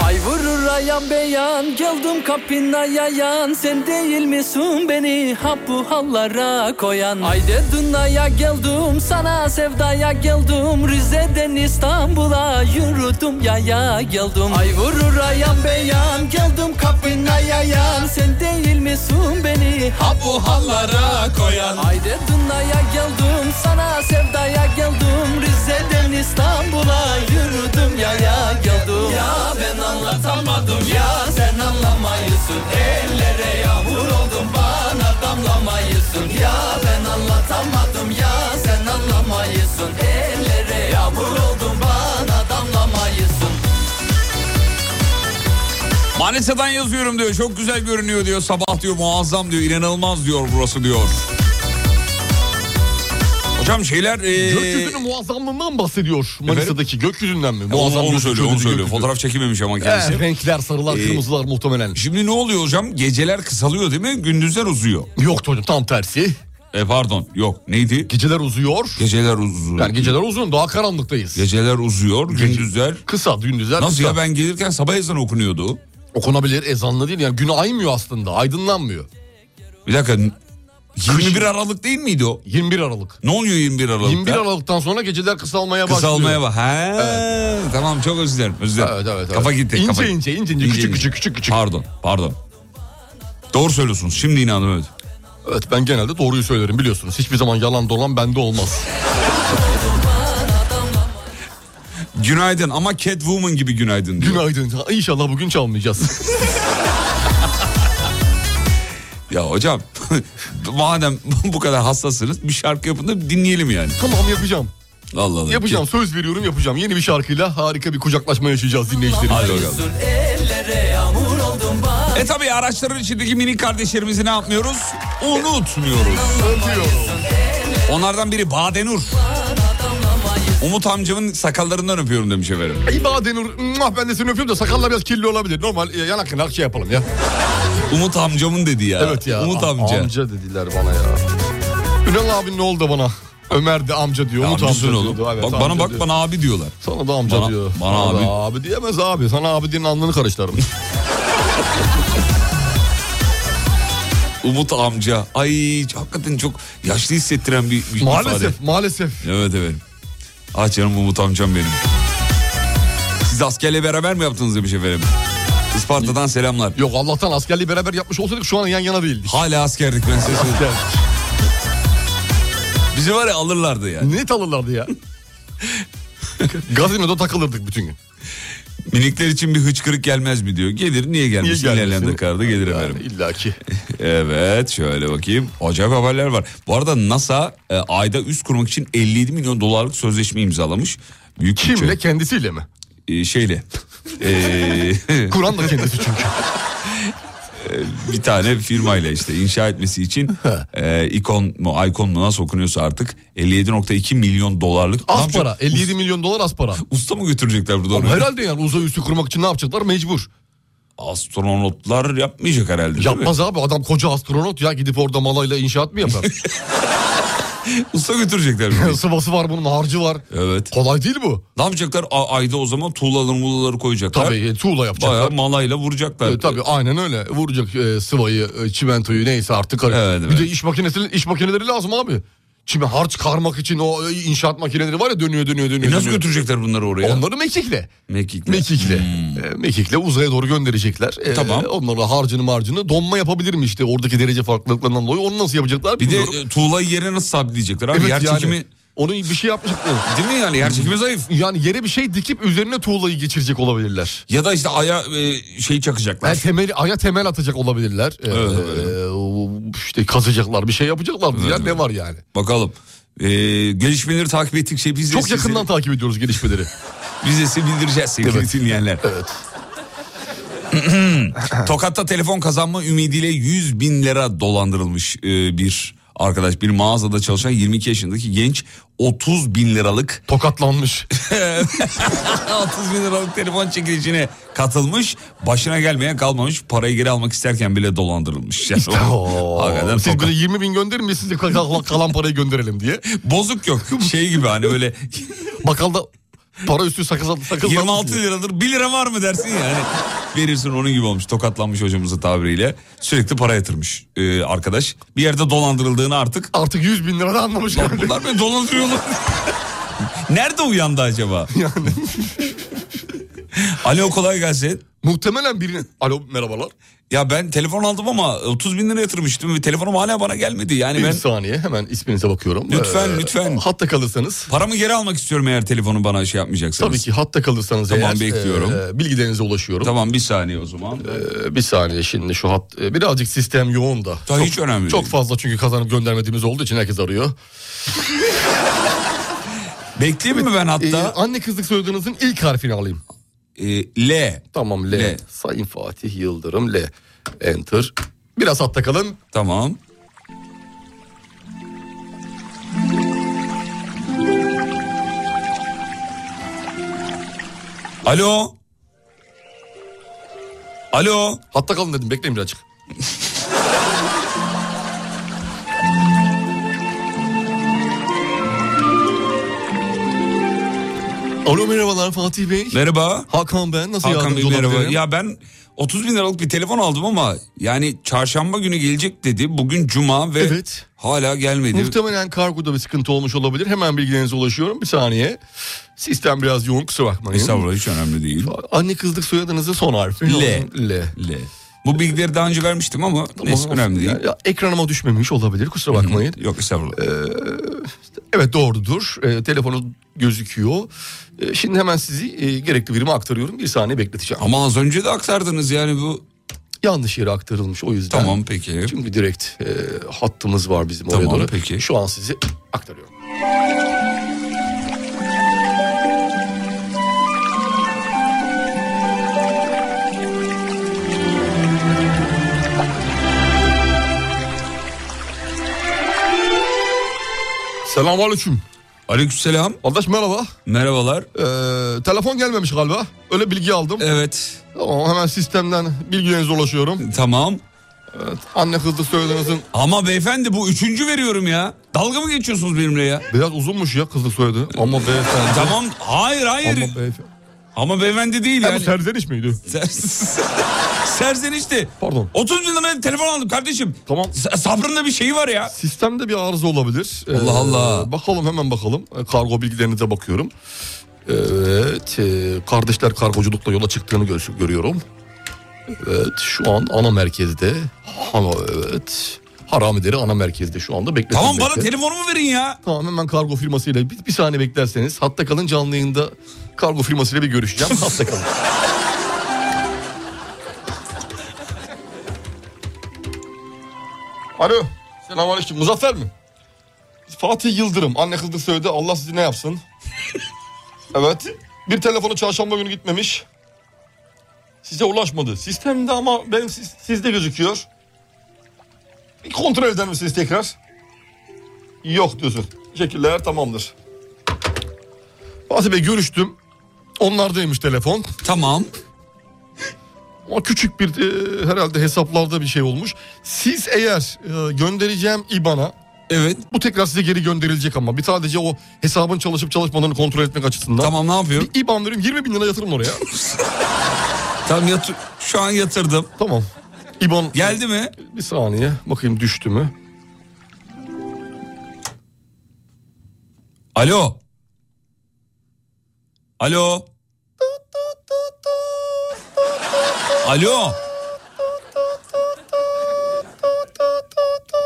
Speaker 1: Ay vurur ayan beyan Geldim kapına yayan Sen değil misin beni hap bu hallara koyan Ay dedin aya geldim Sana sevdaya geldim Rize'den İstanbul'a yürüdüm yaya geldim Ay vurur ayan beyan Geldim kapına yayan Sen değil misin beni hap bu hallara koyan Ay dedin aya geldim Sana sevdaya geldim Rize'den İstanbul'a yürüdüm yaya geldim Ya ben anlatamadım ya sen anlamayısın Ellere yağmur oldum bana damlamayısın Ya ben anlatamadım ya sen anlamayısın Ellere yağmur oldum bana damlamayısın
Speaker 2: Manisa'dan yazıyorum diyor. Çok güzel görünüyor diyor. Sabah diyor muazzam diyor. inanılmaz diyor burası diyor. Hocam şeyler... ee,
Speaker 4: Gökyüzünün muazzamlığından bahsediyor Manisa'daki gökyüzünden mi?
Speaker 2: onu,
Speaker 4: Muazzam
Speaker 2: onu
Speaker 4: gözüküyor
Speaker 2: söylüyor, onu
Speaker 4: dedi
Speaker 2: söylüyor.
Speaker 4: gökyüzü.
Speaker 2: Fotoğraf çekememiş ama kendisi.
Speaker 4: Evet, renkler sarılar
Speaker 2: Ee,
Speaker 4: kırmızılar muhtemelen.
Speaker 2: Şimdi ne oluyor hocam? Geceler kısalıyor değil mi? Gündüzler uzuyor.
Speaker 4: Yok hocam tam tersi.
Speaker 2: E pardon yok neydi?
Speaker 4: Geceler uzuyor.
Speaker 2: Geceler uzuyor.
Speaker 4: Yani geceler uzun daha karanlıktayız.
Speaker 2: Geceler uzuyor, gündüzler...
Speaker 4: Kısa gündüzler
Speaker 2: Nasıl
Speaker 4: kısa.
Speaker 2: ya ben gelirken sabah ezanı okunuyordu.
Speaker 4: Okunabilir ezanla değil yani gün aymıyor aslında aydınlanmıyor.
Speaker 2: Bir dakika 21 Aralık değil miydi o?
Speaker 4: 21 Aralık.
Speaker 2: Ne oluyor 21 Aralık'ta?
Speaker 4: 21 Aralık'tan sonra geceler kısalmaya başlıyor.
Speaker 2: Kısalmaya bak. He. Tamam çok özür dilerim. Özür dilerim.
Speaker 4: Evet, evet, evet.
Speaker 2: Kafa gitti.
Speaker 4: İnce,
Speaker 2: kafa...
Speaker 4: ince, ince, ince, küçük, küçük, küçük, küçük.
Speaker 2: Pardon pardon. Doğru söylüyorsunuz. Şimdi inandım evet.
Speaker 4: Evet ben genelde doğruyu söylerim biliyorsunuz. Hiçbir zaman yalan dolan bende olmaz.
Speaker 2: Günaydın ama Catwoman gibi günaydın diyor.
Speaker 4: Günaydın. Ha, İnşallah bugün çalmayacağız.
Speaker 2: Ya hocam madem bu kadar hassassınız bir şarkı yapın da dinleyelim yani.
Speaker 4: tamam yapacağım.
Speaker 2: Allah Allah.
Speaker 4: Yapacağım söz veriyorum yapacağım. Yeni bir şarkıyla harika bir kucaklaşma yaşayacağız
Speaker 2: Hadi
Speaker 4: dinleyicilerimizle.
Speaker 2: bakalım. E tabii araçların içindeki mini kardeşlerimizi ne yapmıyoruz? Unutmuyoruz.
Speaker 4: Öpüyorum.
Speaker 2: Onlardan biri Badenur. Umut amcamın sakallarından öpüyorum demiş efendim.
Speaker 4: Ay Badenur muah, ben de seni öpüyorum da sakallar biraz kirli olabilir. Normal e, yanak yanak şey yapalım ya.
Speaker 2: Umut amcamın dedi ya.
Speaker 4: Evet ya.
Speaker 2: Umut
Speaker 4: a-
Speaker 2: amca.
Speaker 4: Amca dediler bana ya. Ünal abi ne oldu bana? Ömer de amca diyor.
Speaker 2: Ya
Speaker 4: Umut
Speaker 2: amcasın
Speaker 4: amca
Speaker 2: oğlum.
Speaker 4: diyordu. Evet,
Speaker 2: bak
Speaker 4: amca
Speaker 2: bana bak
Speaker 4: diyor.
Speaker 2: bana abi diyorlar.
Speaker 4: Sana da amca
Speaker 2: Bana-
Speaker 4: diyor.
Speaker 2: bana
Speaker 4: Sana da
Speaker 2: abi.
Speaker 4: abi diyemez abi. Sana abi diyenin alnını karıştırırım.
Speaker 2: Umut amca. Ay hakikaten çok yaşlı hissettiren bir, bir ifade.
Speaker 4: maalesef maalesef.
Speaker 2: Evet evet. Ah canım Umut amcam benim. Siz askerle beraber mi yaptınız demiş efendim. Isparta'dan selamlar.
Speaker 4: Yok Allah'tan askerliği beraber yapmış olsaydık şu an yan yana değildik.
Speaker 2: Hala askerdik ben size söyleyeyim.
Speaker 4: Asker.
Speaker 2: Bizi var ya alırlardı yani.
Speaker 4: Net alırlardı ya. Gazinoda takılırdık bütün gün.
Speaker 2: Minikler için bir hıçkırık gelmez mi diyor. Gelir niye gelmiş?
Speaker 4: gelmesin?
Speaker 2: İlerleyen karda gelir
Speaker 4: Yani
Speaker 2: efendim.
Speaker 4: İlla ki.
Speaker 2: Evet şöyle bakayım. Acayip haberler var. Bu arada NASA e, ayda üst kurmak için 57 milyon dolarlık sözleşme imzalamış. Büyük bütçe.
Speaker 4: Kimle kendisiyle mi?
Speaker 2: E, şeyle. E,
Speaker 4: Kur'an da kendisi çünkü.
Speaker 2: bir tane firmayla işte inşa etmesi için e, ikon mu icon mu nasıl okunuyorsa artık 57.2 milyon dolarlık. Ne
Speaker 4: Az
Speaker 2: yapacak?
Speaker 4: para. 57 milyon dolar az para.
Speaker 2: Usta mı götürecekler burada? onu?
Speaker 4: Herhalde yani uzay üssü kurmak için ne yapacaklar? Mecbur.
Speaker 2: Astronotlar yapmayacak herhalde değil mi?
Speaker 4: Yapmaz abi adam koca astronot ya gidip orada malayla inşaat mı yapar?
Speaker 2: Usta götürecekler.
Speaker 4: Yani
Speaker 2: bunu.
Speaker 4: Sıvası var bunun harcı var.
Speaker 2: evet.
Speaker 4: Kolay değil bu.
Speaker 2: Ne yapacaklar? A- ayda o zaman tuğlaları muğlaları koyacaklar.
Speaker 4: Tabii e, tuğla yapacaklar.
Speaker 2: Bayağı malayla vuracaklar.
Speaker 4: E, tabii aynen öyle. Vuracak e, sıvayı, e, çimentoyu neyse artık. hani.
Speaker 2: Evet,
Speaker 4: bir
Speaker 2: evet.
Speaker 4: de iş makinesi iş makineleri lazım abi. Çime harç karmak için o e, inşaat makineleri var ya dönüyor dönüyor
Speaker 2: E
Speaker 4: dönüyor.
Speaker 2: nasıl
Speaker 4: dönüyor.
Speaker 2: götürecekler bunları oraya?
Speaker 4: Onları mekikle.
Speaker 2: Mekikle. Hmm.
Speaker 4: Mekikle. E, mekikle uzaya doğru gönderecekler. E,
Speaker 2: Tamam.
Speaker 4: Onlarla harcını marcını donma yapabilir mi işte oradaki derece farklılıklarından dolayı onu nasıl yapacaklar
Speaker 2: Bir de
Speaker 4: bilmiyorum.
Speaker 2: e, tuğlayı yerine nasıl sabitleyecekler? Abi
Speaker 4: Evet,
Speaker 2: yer
Speaker 4: yani.
Speaker 2: çekimi
Speaker 4: Onu bir şey yapmıştık.
Speaker 2: Değil mi yani? Yer çekimi zayıf.
Speaker 4: Yani yere bir şey dikip üzerine tuğlayı geçirecek olabilirler.
Speaker 2: Ya da işte aya e, şey çakacaklar.
Speaker 4: Yani temeli, aya temel atacak olabilirler. Ee,
Speaker 2: Evet,
Speaker 4: işte kazacaklar bir şey yapacaklar. Ya ne var yani?
Speaker 2: Bakalım. E, gelişmeleri takip ettikçe biz de
Speaker 4: Çok
Speaker 2: size-
Speaker 4: yakından takip ediyoruz gelişmeleri.
Speaker 2: biz de size bildireceğiz sevgili dinleyenler.
Speaker 4: Evet.
Speaker 2: Tokat'ta telefon kazanma ümidiyle 100 bin lira dolandırılmış e, bir arkadaş. Bir mağazada çalışan 22 yaşındaki genç 30 bin liralık
Speaker 4: Tokatlanmış.
Speaker 2: 30 bin liralık telefon çekilişine katılmış. Başına gelmeyen kalmamış. Parayı geri almak isterken bile dolandırılmış. Yani o- hakikaten
Speaker 4: Siz
Speaker 2: tokat.
Speaker 4: böyle 20 bin gönderin biz size kal- kal- kalan parayı gönderelim diye.
Speaker 2: Bozuk yok. Şey gibi hani öyle
Speaker 4: Bakkalda para üstü sakız sakız sakız-
Speaker 2: 26 liradır 1 lira var mı dersin ya. Hani verirsin onun gibi olmuş. Tokatlanmış hocamızın tabiriyle. Sürekli para yatırmış e, arkadaş. Bir yerde dolandırıldığını artık
Speaker 4: Artık 100 bin lira da anlamış.
Speaker 2: Lan
Speaker 4: yani.
Speaker 2: bunlar beni dolandırıyorlar. Nerede uyandı acaba?
Speaker 4: Yani.
Speaker 2: Alo kolay gelsin.
Speaker 4: Muhtemelen birinin... Alo merhabalar.
Speaker 2: Ya ben telefon aldım ama 30 bin lira yatırmıştım ve telefonum hala bana gelmedi. Yani
Speaker 4: Bir
Speaker 2: ben
Speaker 4: saniye hemen isminize bakıyorum. Ee,
Speaker 2: Lütfen, lütfen.
Speaker 4: Hatta kalırsanız.
Speaker 2: paramı geri almak istiyorum eğer telefonu bana şey yapmayacaksanız.
Speaker 4: Tabii ki hatta kalırsanız
Speaker 2: Tamam,
Speaker 4: eğer,
Speaker 2: bekliyorum.
Speaker 4: e, bilgilerinize ulaşıyorum.
Speaker 2: Tamam bir saniye o zaman.
Speaker 4: E, bir saniye şimdi şu hat e, birazcık sistem yoğun da.
Speaker 2: Tabii hiç önemli
Speaker 4: Çok
Speaker 2: değil.
Speaker 4: fazla çünkü kazanıp göndermediğimiz olduğu için herkes arıyor.
Speaker 2: Bekleyeyim mi ben
Speaker 4: E,
Speaker 2: hatta?
Speaker 4: anne kızlık soyadınızın ilk harfini alayım.
Speaker 2: Ee, L.
Speaker 4: Tamam L.
Speaker 2: L.
Speaker 4: Sayın Fatih Yıldırım L. Enter. Biraz hatta kalın.
Speaker 2: Tamam. Alo. Alo.
Speaker 4: Hatta kalın dedim bekleyin birazcık. Alo merhabalar Fatih Bey.
Speaker 2: Merhaba.
Speaker 4: Hakan ben nasıl
Speaker 2: Hakan
Speaker 4: yardımcı
Speaker 2: Bey merhaba.
Speaker 4: olabilirim?
Speaker 2: Ya ben 30 bin liralık bir telefon aldım ama yani çarşamba günü gelecek dedi. Bugün cuma ve
Speaker 4: Evet.
Speaker 2: hala gelmedi.
Speaker 4: Muhtemelen kargoda bir sıkıntı olmuş olabilir. Hemen bilgilerinize ulaşıyorum. Bir saniye. Sistem biraz yoğun kusura bakmayın.
Speaker 2: Estağfurullah hiç önemli değil.
Speaker 4: Anne kızlık soyadınızın son harfi.
Speaker 2: L.
Speaker 4: L.
Speaker 2: L. Bu bilgileri daha önce vermiştim ama neyse önemli değil.
Speaker 4: Ya- ya ekranıma düşmemiş olabilir kusura bakmayın.
Speaker 2: Yok estağfurullah.
Speaker 4: Evet doğrudur. Ee, telefonu gözüküyor. Ee, şimdi hemen sizi e, gerekli birime aktarıyorum. Bir saniye bekleteceğim.
Speaker 2: Ama az önce de aktardınız yani bu.
Speaker 4: Yanlış yere aktarılmış o yüzden.
Speaker 2: Tamam peki.
Speaker 4: Çünkü direkt e, hattımız var bizim oraya
Speaker 2: Tamam,
Speaker 4: doğru.
Speaker 2: peki.
Speaker 4: Şu an sizi aktarıyorum. Selamünaleyküm.
Speaker 2: Aleykümselam.
Speaker 4: Arkadaş merhaba.
Speaker 2: Merhabalar.
Speaker 4: Ee, telefon gelmemiş galiba. Öyle bilgi aldım.
Speaker 2: Evet.
Speaker 4: Tamam, hemen sistemden bilgilerinize ulaşıyorum.
Speaker 2: Tamam.
Speaker 4: Evet, anne kızlık soyadınızın
Speaker 2: Ama beyefendi bu üçüncü veriyorum ya. Dalga mı geçiyorsunuz benimle ya?
Speaker 4: Biraz uzunmuş ya kızlık soyadı. Ama beyefendi.
Speaker 2: Tamam. Hayır hayır. Ama,
Speaker 4: Ama beyefendi.
Speaker 2: beyefendi değil
Speaker 4: Ha, bu
Speaker 2: yani.
Speaker 4: serzeniş miydi?
Speaker 2: Ser- Serzenişti.
Speaker 4: Pardon.
Speaker 2: 30 bin liraya telefon aldım kardeşim.
Speaker 4: Tamam.
Speaker 2: Sa- Sabrın da bir şeyi var ya.
Speaker 4: Sistemde bir arıza olabilir. Ee,
Speaker 2: Allah Allah.
Speaker 4: Bakalım hemen bakalım. Ee, Kargo bilgilerinize bakıyorum. Evet. e, kardeşler kargoculukla yola çıktığını gö- görüyorum. Evet şu an ana merkezde. Ama evet. Haramileri ana merkezde şu anda bekletin.
Speaker 2: Tamam bana
Speaker 4: bekle.
Speaker 2: telefonumu verin ya.
Speaker 4: Tamam hemen kargo firmasıyla bir, bir saniye beklerseniz. Hatta kalın canlı yayında kargo firmasıyla bir görüşeceğim. Hatta kalın. Alo. Selamünaleyküm. Muzaffer mi? Fatih Yıldırım. Anne kızlık söyledi. Allah sizi ne yapsın? evet. Bir telefonu çarşamba günü gitmemiş. Size ulaşmadı. Sistemde ama benim siz- sizde gözüküyor. Bir kontrol eder misiniz tekrar? Yok diyorsun. Teşekkürler tamamdır. Fatih Bey görüştüm. Onlardaymış telefon.
Speaker 2: Tamam.
Speaker 4: Ama küçük bir e, herhalde hesaplarda bir şey olmuş. Siz eğer e, göndereceğim IBAN'a
Speaker 2: Evet.
Speaker 4: bu tekrar size geri gönderilecek ama bir sadece o hesabın çalışıp çalışmadığını kontrol etmek açısından.
Speaker 2: Tamam ne yapıyorum?
Speaker 4: Bir IBAN vereyim 20 bin lira yatırım oraya.
Speaker 2: Tamam yatır. Şu an yatırdım.
Speaker 4: tamam. IBAN
Speaker 2: Geldi mi?
Speaker 4: bir saniye bakayım düştü mü?
Speaker 2: Alo. Alo. Alo.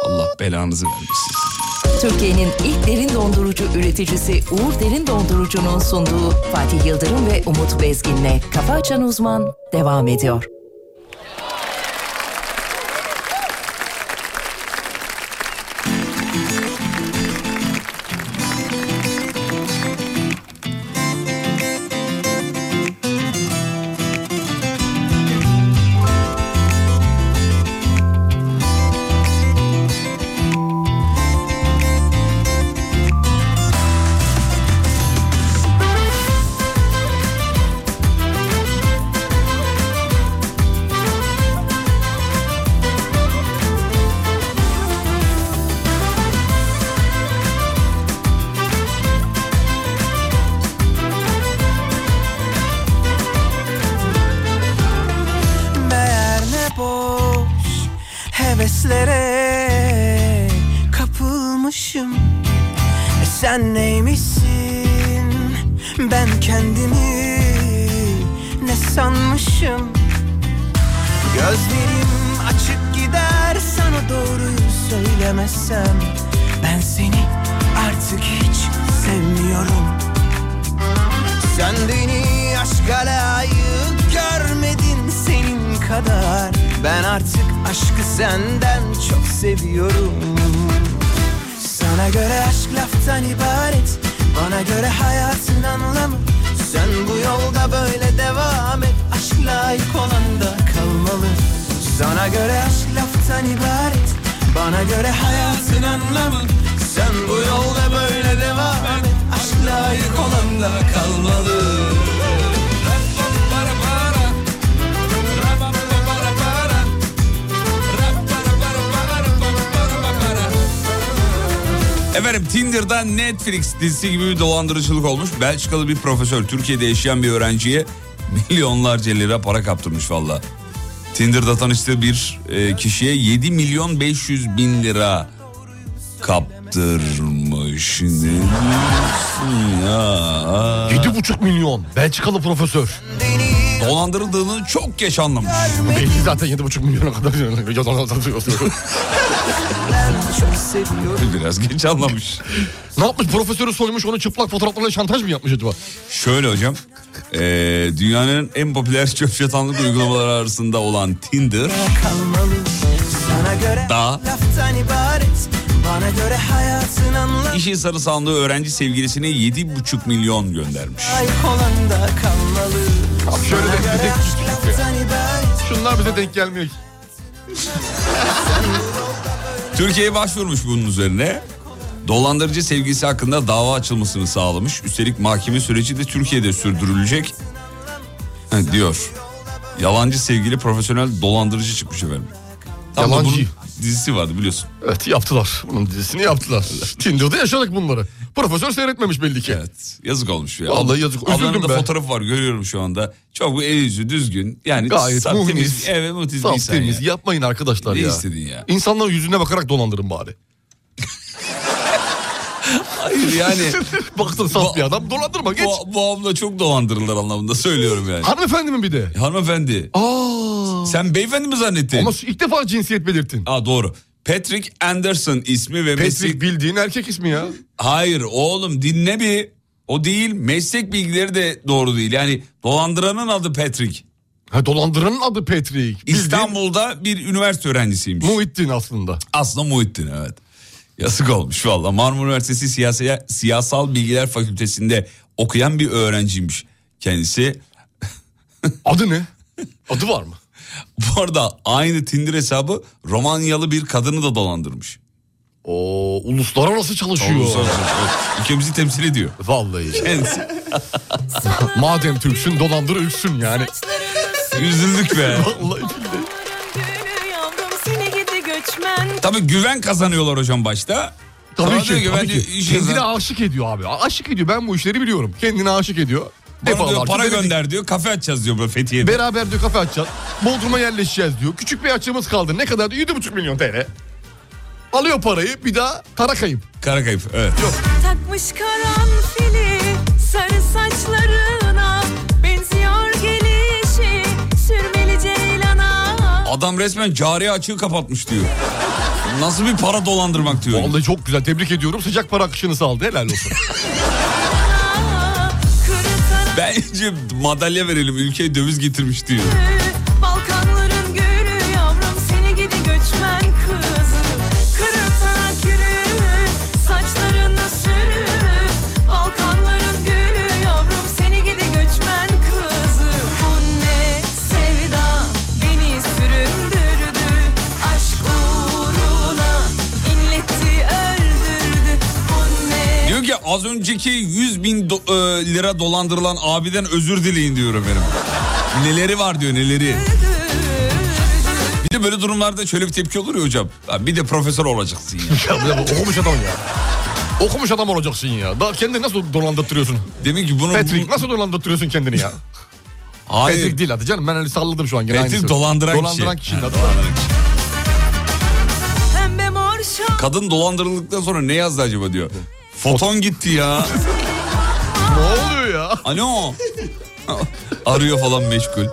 Speaker 2: Allah belanızı vermesin.
Speaker 8: Türkiye'nin ilk derin dondurucu üreticisi Uğur Derin Dondurucu'nun sunduğu Fatih Yıldırım ve Umut Bezgin'le Kafa Açan Uzman devam ediyor.
Speaker 7: Meğer ne boş heveslere kapılmışım E Sen neymişsin ben kendimi ne sanmışım Gözlerim açık gider sana doğruyu söylemezsem Ben seni artık hiç sevmiyorum sen beni aşka layık görmedin senin kadar Ben artık aşkı senden çok seviyorum Sana göre aşk laftan ibaret Bana göre hayatın anlamı Sen bu yolda böyle devam et Aşk layık olan da kalmalı Sana göre aşk laftan ibaret Bana göre hayatın anlamı Sen bu yolda böyle devam et Aşk layık olan da kalmalı
Speaker 2: Efendim Tinder'dan Netflix dizisi gibi bir dolandırıcılık olmuş. Belçikalı bir profesör Türkiye'de yaşayan bir öğrenciye milyonlarca lira para kaptırmış valla. Tinder'da tanıştığı bir e, kişiye 7 milyon 500 bin lira kaptırmış. Ne diyorsun ya?
Speaker 4: 7,5 milyon. Belçikalı profesör.
Speaker 2: Dolandırıldığını çok geç anlamış.
Speaker 4: Belki zaten 7,5 milyona kadar.
Speaker 7: Çok seviyorum
Speaker 2: Biraz geç anlamış.
Speaker 4: ne yapmış profesörü soymuş onu çıplak fotoğraflarla şantaj mı yapmış acaba?
Speaker 2: Şöyle hocam. e, dünyanın en popüler çöp çatanlık uygulamaları arasında olan Tinder
Speaker 7: kalmalı Sana göre
Speaker 2: Daha.
Speaker 7: laftan ibaret Bana göre hayatın anlamı
Speaker 2: İş insanı sandığı öğrenci sevgilisine 7,5 milyon göndermiş.
Speaker 7: Layık olan da kalmalı
Speaker 4: Abi şöyle de
Speaker 7: Sana
Speaker 4: bir
Speaker 7: göre
Speaker 4: tek
Speaker 7: aşk
Speaker 4: küçük ya.
Speaker 7: laftan ibaret
Speaker 4: Şunlar bize denk gelmiyor ki.
Speaker 2: Türkiye'ye başvurmuş bunun üzerine. Dolandırıcı sevgilisi hakkında dava açılmasını sağlamış. Üstelik mahkeme süreci de Türkiye'de sürdürülecek Ha, diyor. Yalancı sevgili profesyonel dolandırıcı çıkmış efendim. Tam da
Speaker 4: Yalancı.
Speaker 2: bunun dizisi vardı biliyorsun.
Speaker 4: Evet yaptılar. Bunun dizisini yaptılar. Tinder'da yaşadık bunları. Profesör seyretmemiş belli ki.
Speaker 2: Evet yazık olmuş ya.
Speaker 4: Vallahi yazık, üzüldüm
Speaker 2: Adlarında
Speaker 4: ben.
Speaker 2: fotoğrafı var görüyorum şu anda. Çok bu el yüzü düzgün. Yani
Speaker 4: Gayet
Speaker 2: saf,
Speaker 4: muhniz.
Speaker 2: temiz, evet, muhniz bir
Speaker 4: Saf
Speaker 2: insan
Speaker 4: temiz.
Speaker 2: ya.
Speaker 4: Yapmayın arkadaşlar
Speaker 2: Ne
Speaker 4: ya.
Speaker 2: istedin ya?
Speaker 4: İnsanların yüzüne bakarak dolandırın bari.
Speaker 2: Hayır
Speaker 4: Hani
Speaker 2: yani
Speaker 4: Baksın saf bir adam dolandırma geç.
Speaker 2: bu, bu abla çok dolandırılır anlamında söylüyorum yani.
Speaker 4: Hanımefendimin bir de.
Speaker 2: Hanımefendi.
Speaker 4: Aa.
Speaker 2: Sen beyefendi mi zannettin?
Speaker 4: Ama ilk defa cinsiyet belirtin.
Speaker 2: Aa doğru. Patrick Anderson ismi ve meslek...
Speaker 4: Patrick bildiğin erkek ismi ya.
Speaker 2: Hayır oğlum dinle bir. O değil. Meslek bilgileri de doğru değil. Yani dolandıranın adı Patrick.
Speaker 4: Ha, dolandıranın adı Patrick. Bildiğin
Speaker 2: İstanbul'da bir üniversite öğrencisiymiş.
Speaker 4: Muhittin aslında.
Speaker 2: Aslında Muhittin evet. Yazık olmuş valla. Marmara Üniversitesi Siyasi- Siyasal Bilgiler Fakültesi'nde okuyan bir öğrenciymiş kendisi.
Speaker 4: Adı ne? Adı var mı?
Speaker 2: Bu arada aynı Tinder hesabı Romanyalı bir kadını da dolandırmış.
Speaker 4: Oo, uluslararası çalışıyor.
Speaker 2: Ülkemizi temsil ediyor.
Speaker 4: Vallahi.
Speaker 2: Kendisi.
Speaker 4: Madem Türksün dolandır ülksün yani.
Speaker 2: Üzüldük be.
Speaker 4: Vallahi billahi.
Speaker 2: Tabii güven kazanıyorlar hocam başta. Sonra
Speaker 4: Tabii
Speaker 2: diyor
Speaker 4: ki.
Speaker 2: ben
Speaker 4: Tabii
Speaker 2: diyor,
Speaker 4: ki.
Speaker 2: iş
Speaker 4: Kendine
Speaker 2: yazarım.
Speaker 4: aşık ediyor abi. Aşık ediyor. Ben bu işleri biliyorum. Kendine aşık ediyor.
Speaker 2: Bana diyor,
Speaker 4: Defalarca
Speaker 2: para
Speaker 4: denedik.
Speaker 2: gönder diyor. Kafe açacağız diyor böyle Fethiye'de.
Speaker 4: Beraber diyor kafe açacağız. Bodrum'a yerleşeceğiz diyor. Küçük bir açığımız kaldı. Ne kadar? diyor? 7,5 milyon TL. Alıyor parayı bir daha tara kayıp.
Speaker 2: Karakayıp evet.
Speaker 1: Takmış karanfili sarı saçlarına benziyor gelişi sürmeli ceylana
Speaker 2: Adam resmen cari açığı kapatmış diyor. Nasıl bir para dolandırmak diyor.
Speaker 4: Vallahi çok güzel tebrik ediyorum. Sıcak para akışını sağladı helal olsun.
Speaker 2: Bence madalya verelim ülkeye döviz getirmiş diyor.
Speaker 1: Balkanların gülü yavrum seni gidi göçmen kızı Kırıtan gülü saçlarını sürü Balkanların gülü yavrum seni gidi göçmen kızı Bu ne sevda beni süründürdü Aşk uğruna inletti öldürdü Bu ne
Speaker 2: Diyor ki az önceki 100 bin do- e, lira dolandırılan abiden özür dileyin diyor efendim. Neleri var diyor neleri. Bir de böyle durumlarda şöyle bir tepki olur ya hocam. "Lan Bir de profesör olacaksın ya.
Speaker 4: Ya bir de bu okumuş adam ya. Okumuş adam olacaksın ya. Daha kendini nasıl dolandırtıyorsun?
Speaker 2: Demek ki bunu...
Speaker 4: Patrick nasıl dolandırtıyorsun kendini ya? Patrick
Speaker 2: Hayır.
Speaker 4: değil hadi canım ben öyle salladım şu an. Gene
Speaker 2: Patrick
Speaker 4: aynısı.
Speaker 2: dolandıran kişi.
Speaker 4: Dolandıran kişinin adı.
Speaker 1: pembe mor şan
Speaker 2: Kadın dolandırıldıktan sonra ne yazdı acaba diyor. Foton gitti ya.
Speaker 4: Ne oluyor ya?
Speaker 2: Alo. Arıyor falan meşgul.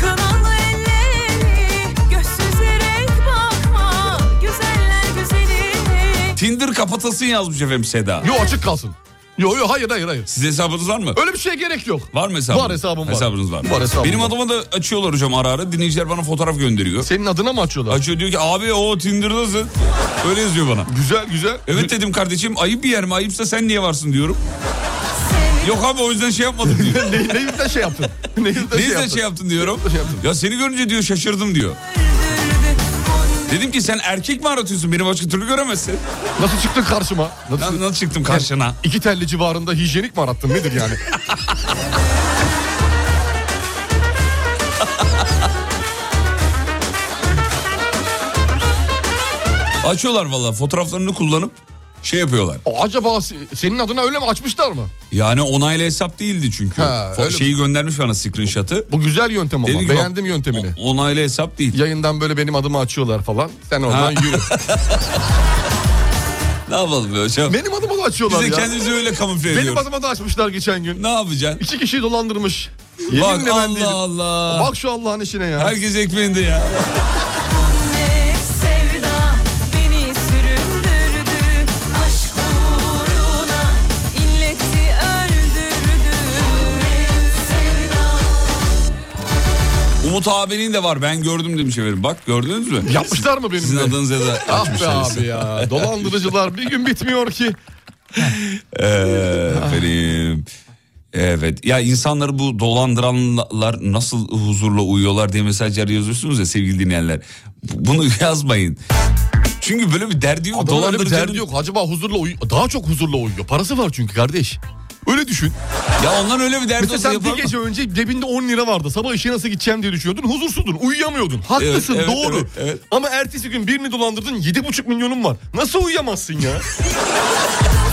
Speaker 1: Kınalı elleri göğsüzlerek bakma Güzeller güzeli
Speaker 2: Tinder kapatasın yazmış efendim Seda.
Speaker 4: Yo açık kalsın. Yo yo hayır hayır hayır.
Speaker 2: Siz hesabınız var mı?
Speaker 4: Öyle bir şeye gerek yok.
Speaker 2: Var mı hesabınız?
Speaker 4: Var hesabım var.
Speaker 2: Hesabınız var.
Speaker 4: Var hesabım
Speaker 2: Benim
Speaker 4: var.
Speaker 2: adıma da açıyorlar hocam ara ara. Dinleyiciler bana fotoğraf gönderiyor.
Speaker 4: Senin adına mı açıyorlar?
Speaker 2: Açıyor diyor ki abi o Tinder'dasın. Öyle yazıyor bana.
Speaker 4: güzel güzel.
Speaker 2: Evet dedim kardeşim ayıp bir yer mi? Ayıpsa sen niye varsın diyorum. Yok abi o yüzden şey yapmadım diyor.
Speaker 4: ne, ne yüzden şey yaptın? Ne yüzden
Speaker 2: Ne
Speaker 4: şey
Speaker 2: yüzden
Speaker 4: yaptın?
Speaker 2: şey yaptın diyorum.
Speaker 4: Şey yaptın.
Speaker 2: Ya seni görünce diyor şaşırdım diyor. Dedim ki sen erkek mi aratıyorsun? Beni başka türlü göremezsin.
Speaker 4: Nasıl çıktın karşıma? Nasıl,
Speaker 2: Lan nasıl çıktım karşına?
Speaker 4: İki telli civarında hijyenik mi arattın nedir yani?
Speaker 2: Açıyorlar valla fotoğraflarını kullanıp şey yapıyorlar.
Speaker 4: O, Acaba se- senin adına öyle mi açmışlar mı?
Speaker 2: Yani onaylı hesap değildi çünkü.
Speaker 4: Ha,
Speaker 2: Fo-
Speaker 4: öyle mi?
Speaker 2: şeyi göndermiş bana screenshot'ı.
Speaker 4: Bu güzel yöntem ama
Speaker 2: Dedim ki,
Speaker 4: beğendim
Speaker 2: bak,
Speaker 4: yöntemini.
Speaker 2: o- Onaylı hesap değil.
Speaker 4: Yayından böyle benim adımı açıyorlar falan. Sen oradan
Speaker 2: Ha.
Speaker 4: yürü.
Speaker 2: Ne yapalım be hocam?
Speaker 4: Benim adımı da açıyorlar
Speaker 2: Biz de
Speaker 4: ya.
Speaker 2: kendimizi öyle kamufle
Speaker 4: Benim
Speaker 2: ediyoruz.
Speaker 4: adıma da açmışlar geçen gün.
Speaker 2: Ne yapacaksın?
Speaker 4: İki kişiyi dolandırmış. Yeminle
Speaker 2: Bak
Speaker 4: ben değilim.
Speaker 2: Allah Allah.
Speaker 4: Bak şu Allah'ın işine ya.
Speaker 2: Herkes ekmeğinde ya.
Speaker 1: Ne sevda beni süründürdü Aşk uğruna inletti öldürdü
Speaker 2: Umut abinin de var ben gördüm demiş efendim. Bak gördünüz mü?
Speaker 4: Yapmışlar mı benim
Speaker 2: Sizin
Speaker 4: de?
Speaker 2: adınıza da
Speaker 4: Ah be
Speaker 2: açmışlar.
Speaker 4: abi ya. Dolandırıcılar bir gün bitmiyor ki.
Speaker 2: Efendim. Ee, Evet ya insanları bu dolandıranlar nasıl huzurla uyuyorlar diye mesajlar yazıyorsunuz ya sevgili dinleyenler. Bu- Bunu yazmayın. Çünkü böyle bir derdi yok.
Speaker 4: Adamın öyle bir
Speaker 2: Dolandırıcının-
Speaker 4: derdi yok. Acaba huzurla uyuyor. Daha çok huzurla uyuyor. Parası var çünkü kardeş. Öyle düşün.
Speaker 2: Ya ondan öyle bir derdi
Speaker 4: Mesela
Speaker 2: olsa
Speaker 4: sen
Speaker 2: yapar
Speaker 4: bir
Speaker 2: mı?
Speaker 4: gece önce cebinde 10 lira vardı. Sabah işe nasıl gideceğim diye düşünüyordun. Huzursuzun, uyuyamıyordun. Haklısın,
Speaker 2: Evet, evet,
Speaker 4: doğru.
Speaker 2: evet, evet.
Speaker 4: Ama ertesi gün birini dolandırdın. 7,5 milyonun var. Nasıl uyuyamazsın ya?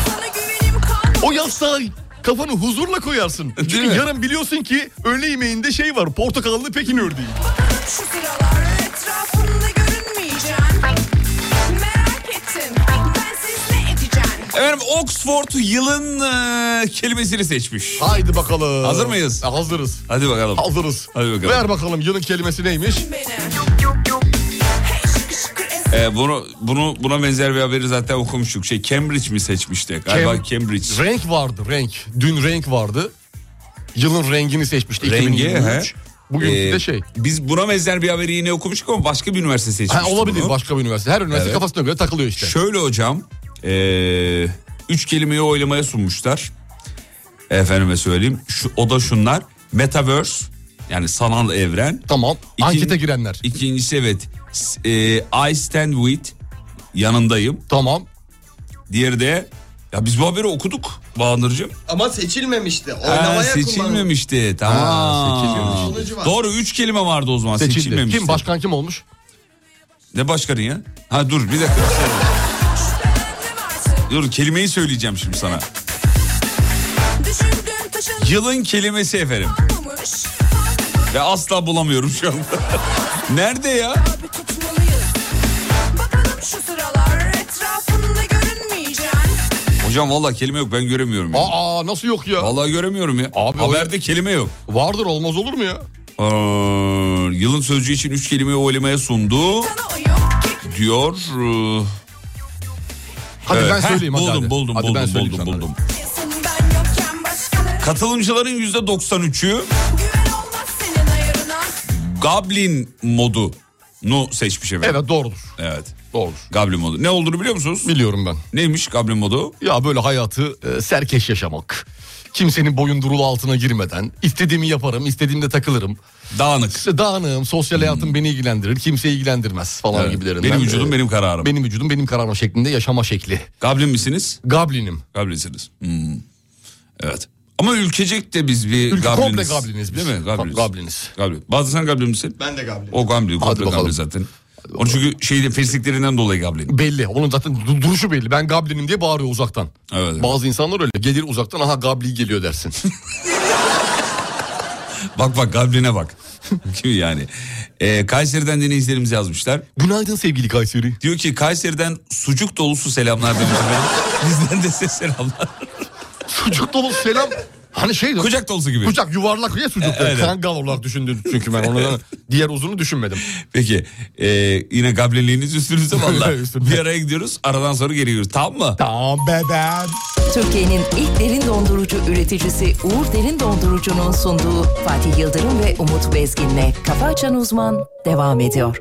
Speaker 1: Sana güvenim kalmadı
Speaker 4: o yastığa kafanı huzurla koyarsın. Çünkü
Speaker 2: mi?
Speaker 4: yarın biliyorsun ki öğle yemeğinde şey var. Portakallı Pekin ördeği.
Speaker 1: şu sıralar etrafında görünmeyeceğim Merak ettim ben siz ne edeceğim
Speaker 2: Efendim Oxford yılın e, kelimesini seçmiş.
Speaker 4: Haydi bakalım.
Speaker 2: Hazır mıyız?
Speaker 4: Hazırız.
Speaker 2: Hadi bakalım.
Speaker 4: Hazırız.
Speaker 2: Hadi bakalım.
Speaker 4: Ver bakalım yılın kelimesi neymiş?
Speaker 1: beni Yok yok yok Hey şıkır şıkır es
Speaker 2: E, bunu bunu buna benzer bir haberi zaten okumuştuk. Şey Cambridge mi seçmişti? Galiba
Speaker 4: Cam-
Speaker 2: Cambridge.
Speaker 4: Renk vardı renk. Dün renk vardı. Yılın rengini seçmişti.
Speaker 2: Rengi,
Speaker 4: 2023.
Speaker 2: he.
Speaker 4: Bugün
Speaker 2: Ee,
Speaker 4: de şey.
Speaker 2: Biz buna benzer bir haberi yine okumuştuk ama başka bir üniversite
Speaker 4: Ha,
Speaker 2: seçmiştik.
Speaker 4: olabilir
Speaker 2: bunu.
Speaker 4: başka bir üniversite. Her üniversite
Speaker 2: Evet.
Speaker 4: kafasına göre takılıyor işte.
Speaker 2: Şöyle hocam. e, üç kelimeyi oylamaya sunmuşlar. Efendime söyleyeyim. Şu, o da şunlar. Metaverse yani sanal evren.
Speaker 4: Tamam.
Speaker 2: İkin-
Speaker 4: Ankete girenler.
Speaker 2: İkincisi evet. s- e, I stand with yanındayım.
Speaker 4: Tamam.
Speaker 2: Diğeri de ya biz bu haberi okuduk Bahadır
Speaker 9: Ama seçilmemişti.
Speaker 2: Ha,
Speaker 9: Oynamaya kullanıldı.
Speaker 2: seçilmemişti. Tamam.
Speaker 4: Ee, Ha, seçilmemiş.
Speaker 9: Sonucu var.
Speaker 2: Doğru 3 kelime vardı o zaman
Speaker 4: Seçildi.
Speaker 2: seçilmemişti.
Speaker 4: Kim başkan kim olmuş?
Speaker 2: Ne başkanı ya? Ha dur bir dakika. bir saniye. dur kelimeyi söyleyeceğim şimdi sana.
Speaker 1: Düşündüm taşınmamış
Speaker 2: Yılın kelimesi efendim. Ve asla bulamıyorum şu anda. Nerede ya?
Speaker 1: Abi tutmalıyız Bakalım şu sıralar etrafında görünmeyeceğim
Speaker 2: Hocam valla kelime yok ben göremiyorum. Ya.
Speaker 4: Aa nasıl yok ya?
Speaker 2: Vallahi göremiyorum ya.
Speaker 4: Abi,
Speaker 2: Haberde kelime yok.
Speaker 4: Vardır olmaz olur mu ya?
Speaker 2: Aa, yılın sözcüğü için 3 kelimeyi oylamaya sundu.
Speaker 1: Sana o yok ki
Speaker 2: diyor. Ee,
Speaker 4: Hadi ben
Speaker 2: heh,
Speaker 4: söyleyeyim, hadi,
Speaker 2: buldum,
Speaker 4: hadi.
Speaker 2: Buldum
Speaker 4: Hadi ben
Speaker 2: buldum
Speaker 4: söyleyeyim
Speaker 2: buldum
Speaker 4: sana, hadi.
Speaker 2: buldum. Katılımcıların %93'ü Goblin modunu seçmiş efendim.
Speaker 4: Evet doğrudur.
Speaker 2: Evet.
Speaker 4: Doğrudur.
Speaker 2: Goblin modu. Ne olduğunu biliyor musunuz?
Speaker 4: Biliyorum ben.
Speaker 2: Neymiş Goblin modu?
Speaker 4: Ya böyle hayatı e, serkeş yaşamak. Kimsenin boyundurulu altına girmeden istediğimi yaparım, istediğimde takılırım.
Speaker 2: Dağınık.
Speaker 4: İşte dağınığım, sosyal hayatım beni ilgilendirir, kimseyi ilgilendirmez falan
Speaker 2: Hmm. Evet.
Speaker 4: gibilerinden.
Speaker 2: Benim vücudum
Speaker 4: E,
Speaker 2: benim kararım.
Speaker 4: benim vücudum benim kararım şeklinde yaşama şekli.
Speaker 2: Goblin misiniz?
Speaker 4: Goblinim.
Speaker 2: Goblinsiniz. Hmm. Evet. Ama ülkecek de biz bir
Speaker 4: Ülke
Speaker 2: gobliniz.
Speaker 4: komple gobliniz biz.
Speaker 2: Değil mi? Gobliniz.
Speaker 4: Tam gobliniz.
Speaker 2: Goblin. Bazı sen goblin misin?
Speaker 9: Ben de Gabriel.
Speaker 2: O goblin. Komple
Speaker 4: bakalım.
Speaker 2: goblin zaten. Onun çünkü şeyde fesliklerinden dolayı goblin.
Speaker 4: Belli. Onun zaten du- duruşu belli. Ben Goblinin diye bağırıyor uzaktan.
Speaker 2: Evet.
Speaker 4: Bazı insanlar öyle. Gelir uzaktan aha Gobli geliyor dersin.
Speaker 2: Bak bak gobline bak. Kim yani? Ee, Kayseri'den dinleyicilerimiz yazmışlar.
Speaker 4: Günaydın sevgili Kayseri.
Speaker 2: Diyor ki Kayseri'den sucuk dolusu selamlar demiş efendim. Bizden de size selamlar.
Speaker 4: Sucuk dolu selam. Hani şey
Speaker 2: Kucak dolusu gibi. E,
Speaker 4: Kucak yuvarlak ya sucuk.
Speaker 2: evet.
Speaker 4: Kangal olarak düşündüm çünkü ben onu diğer uzunu düşünmedim.
Speaker 2: Peki ee, yine goblinliğiniz üstünüzde valla.
Speaker 4: Üstümde.
Speaker 2: bir araya gidiyoruz aradan sonra geri geliyoruz tamam mı?
Speaker 4: Tamam bebeğim.
Speaker 8: Türkiye'nin ilk derin dondurucu üreticisi Uğur Derin Dondurucu'nun sunduğu Fatih Yıldırım ve Umut Bezgin'le Kafa Açan Uzman devam ediyor.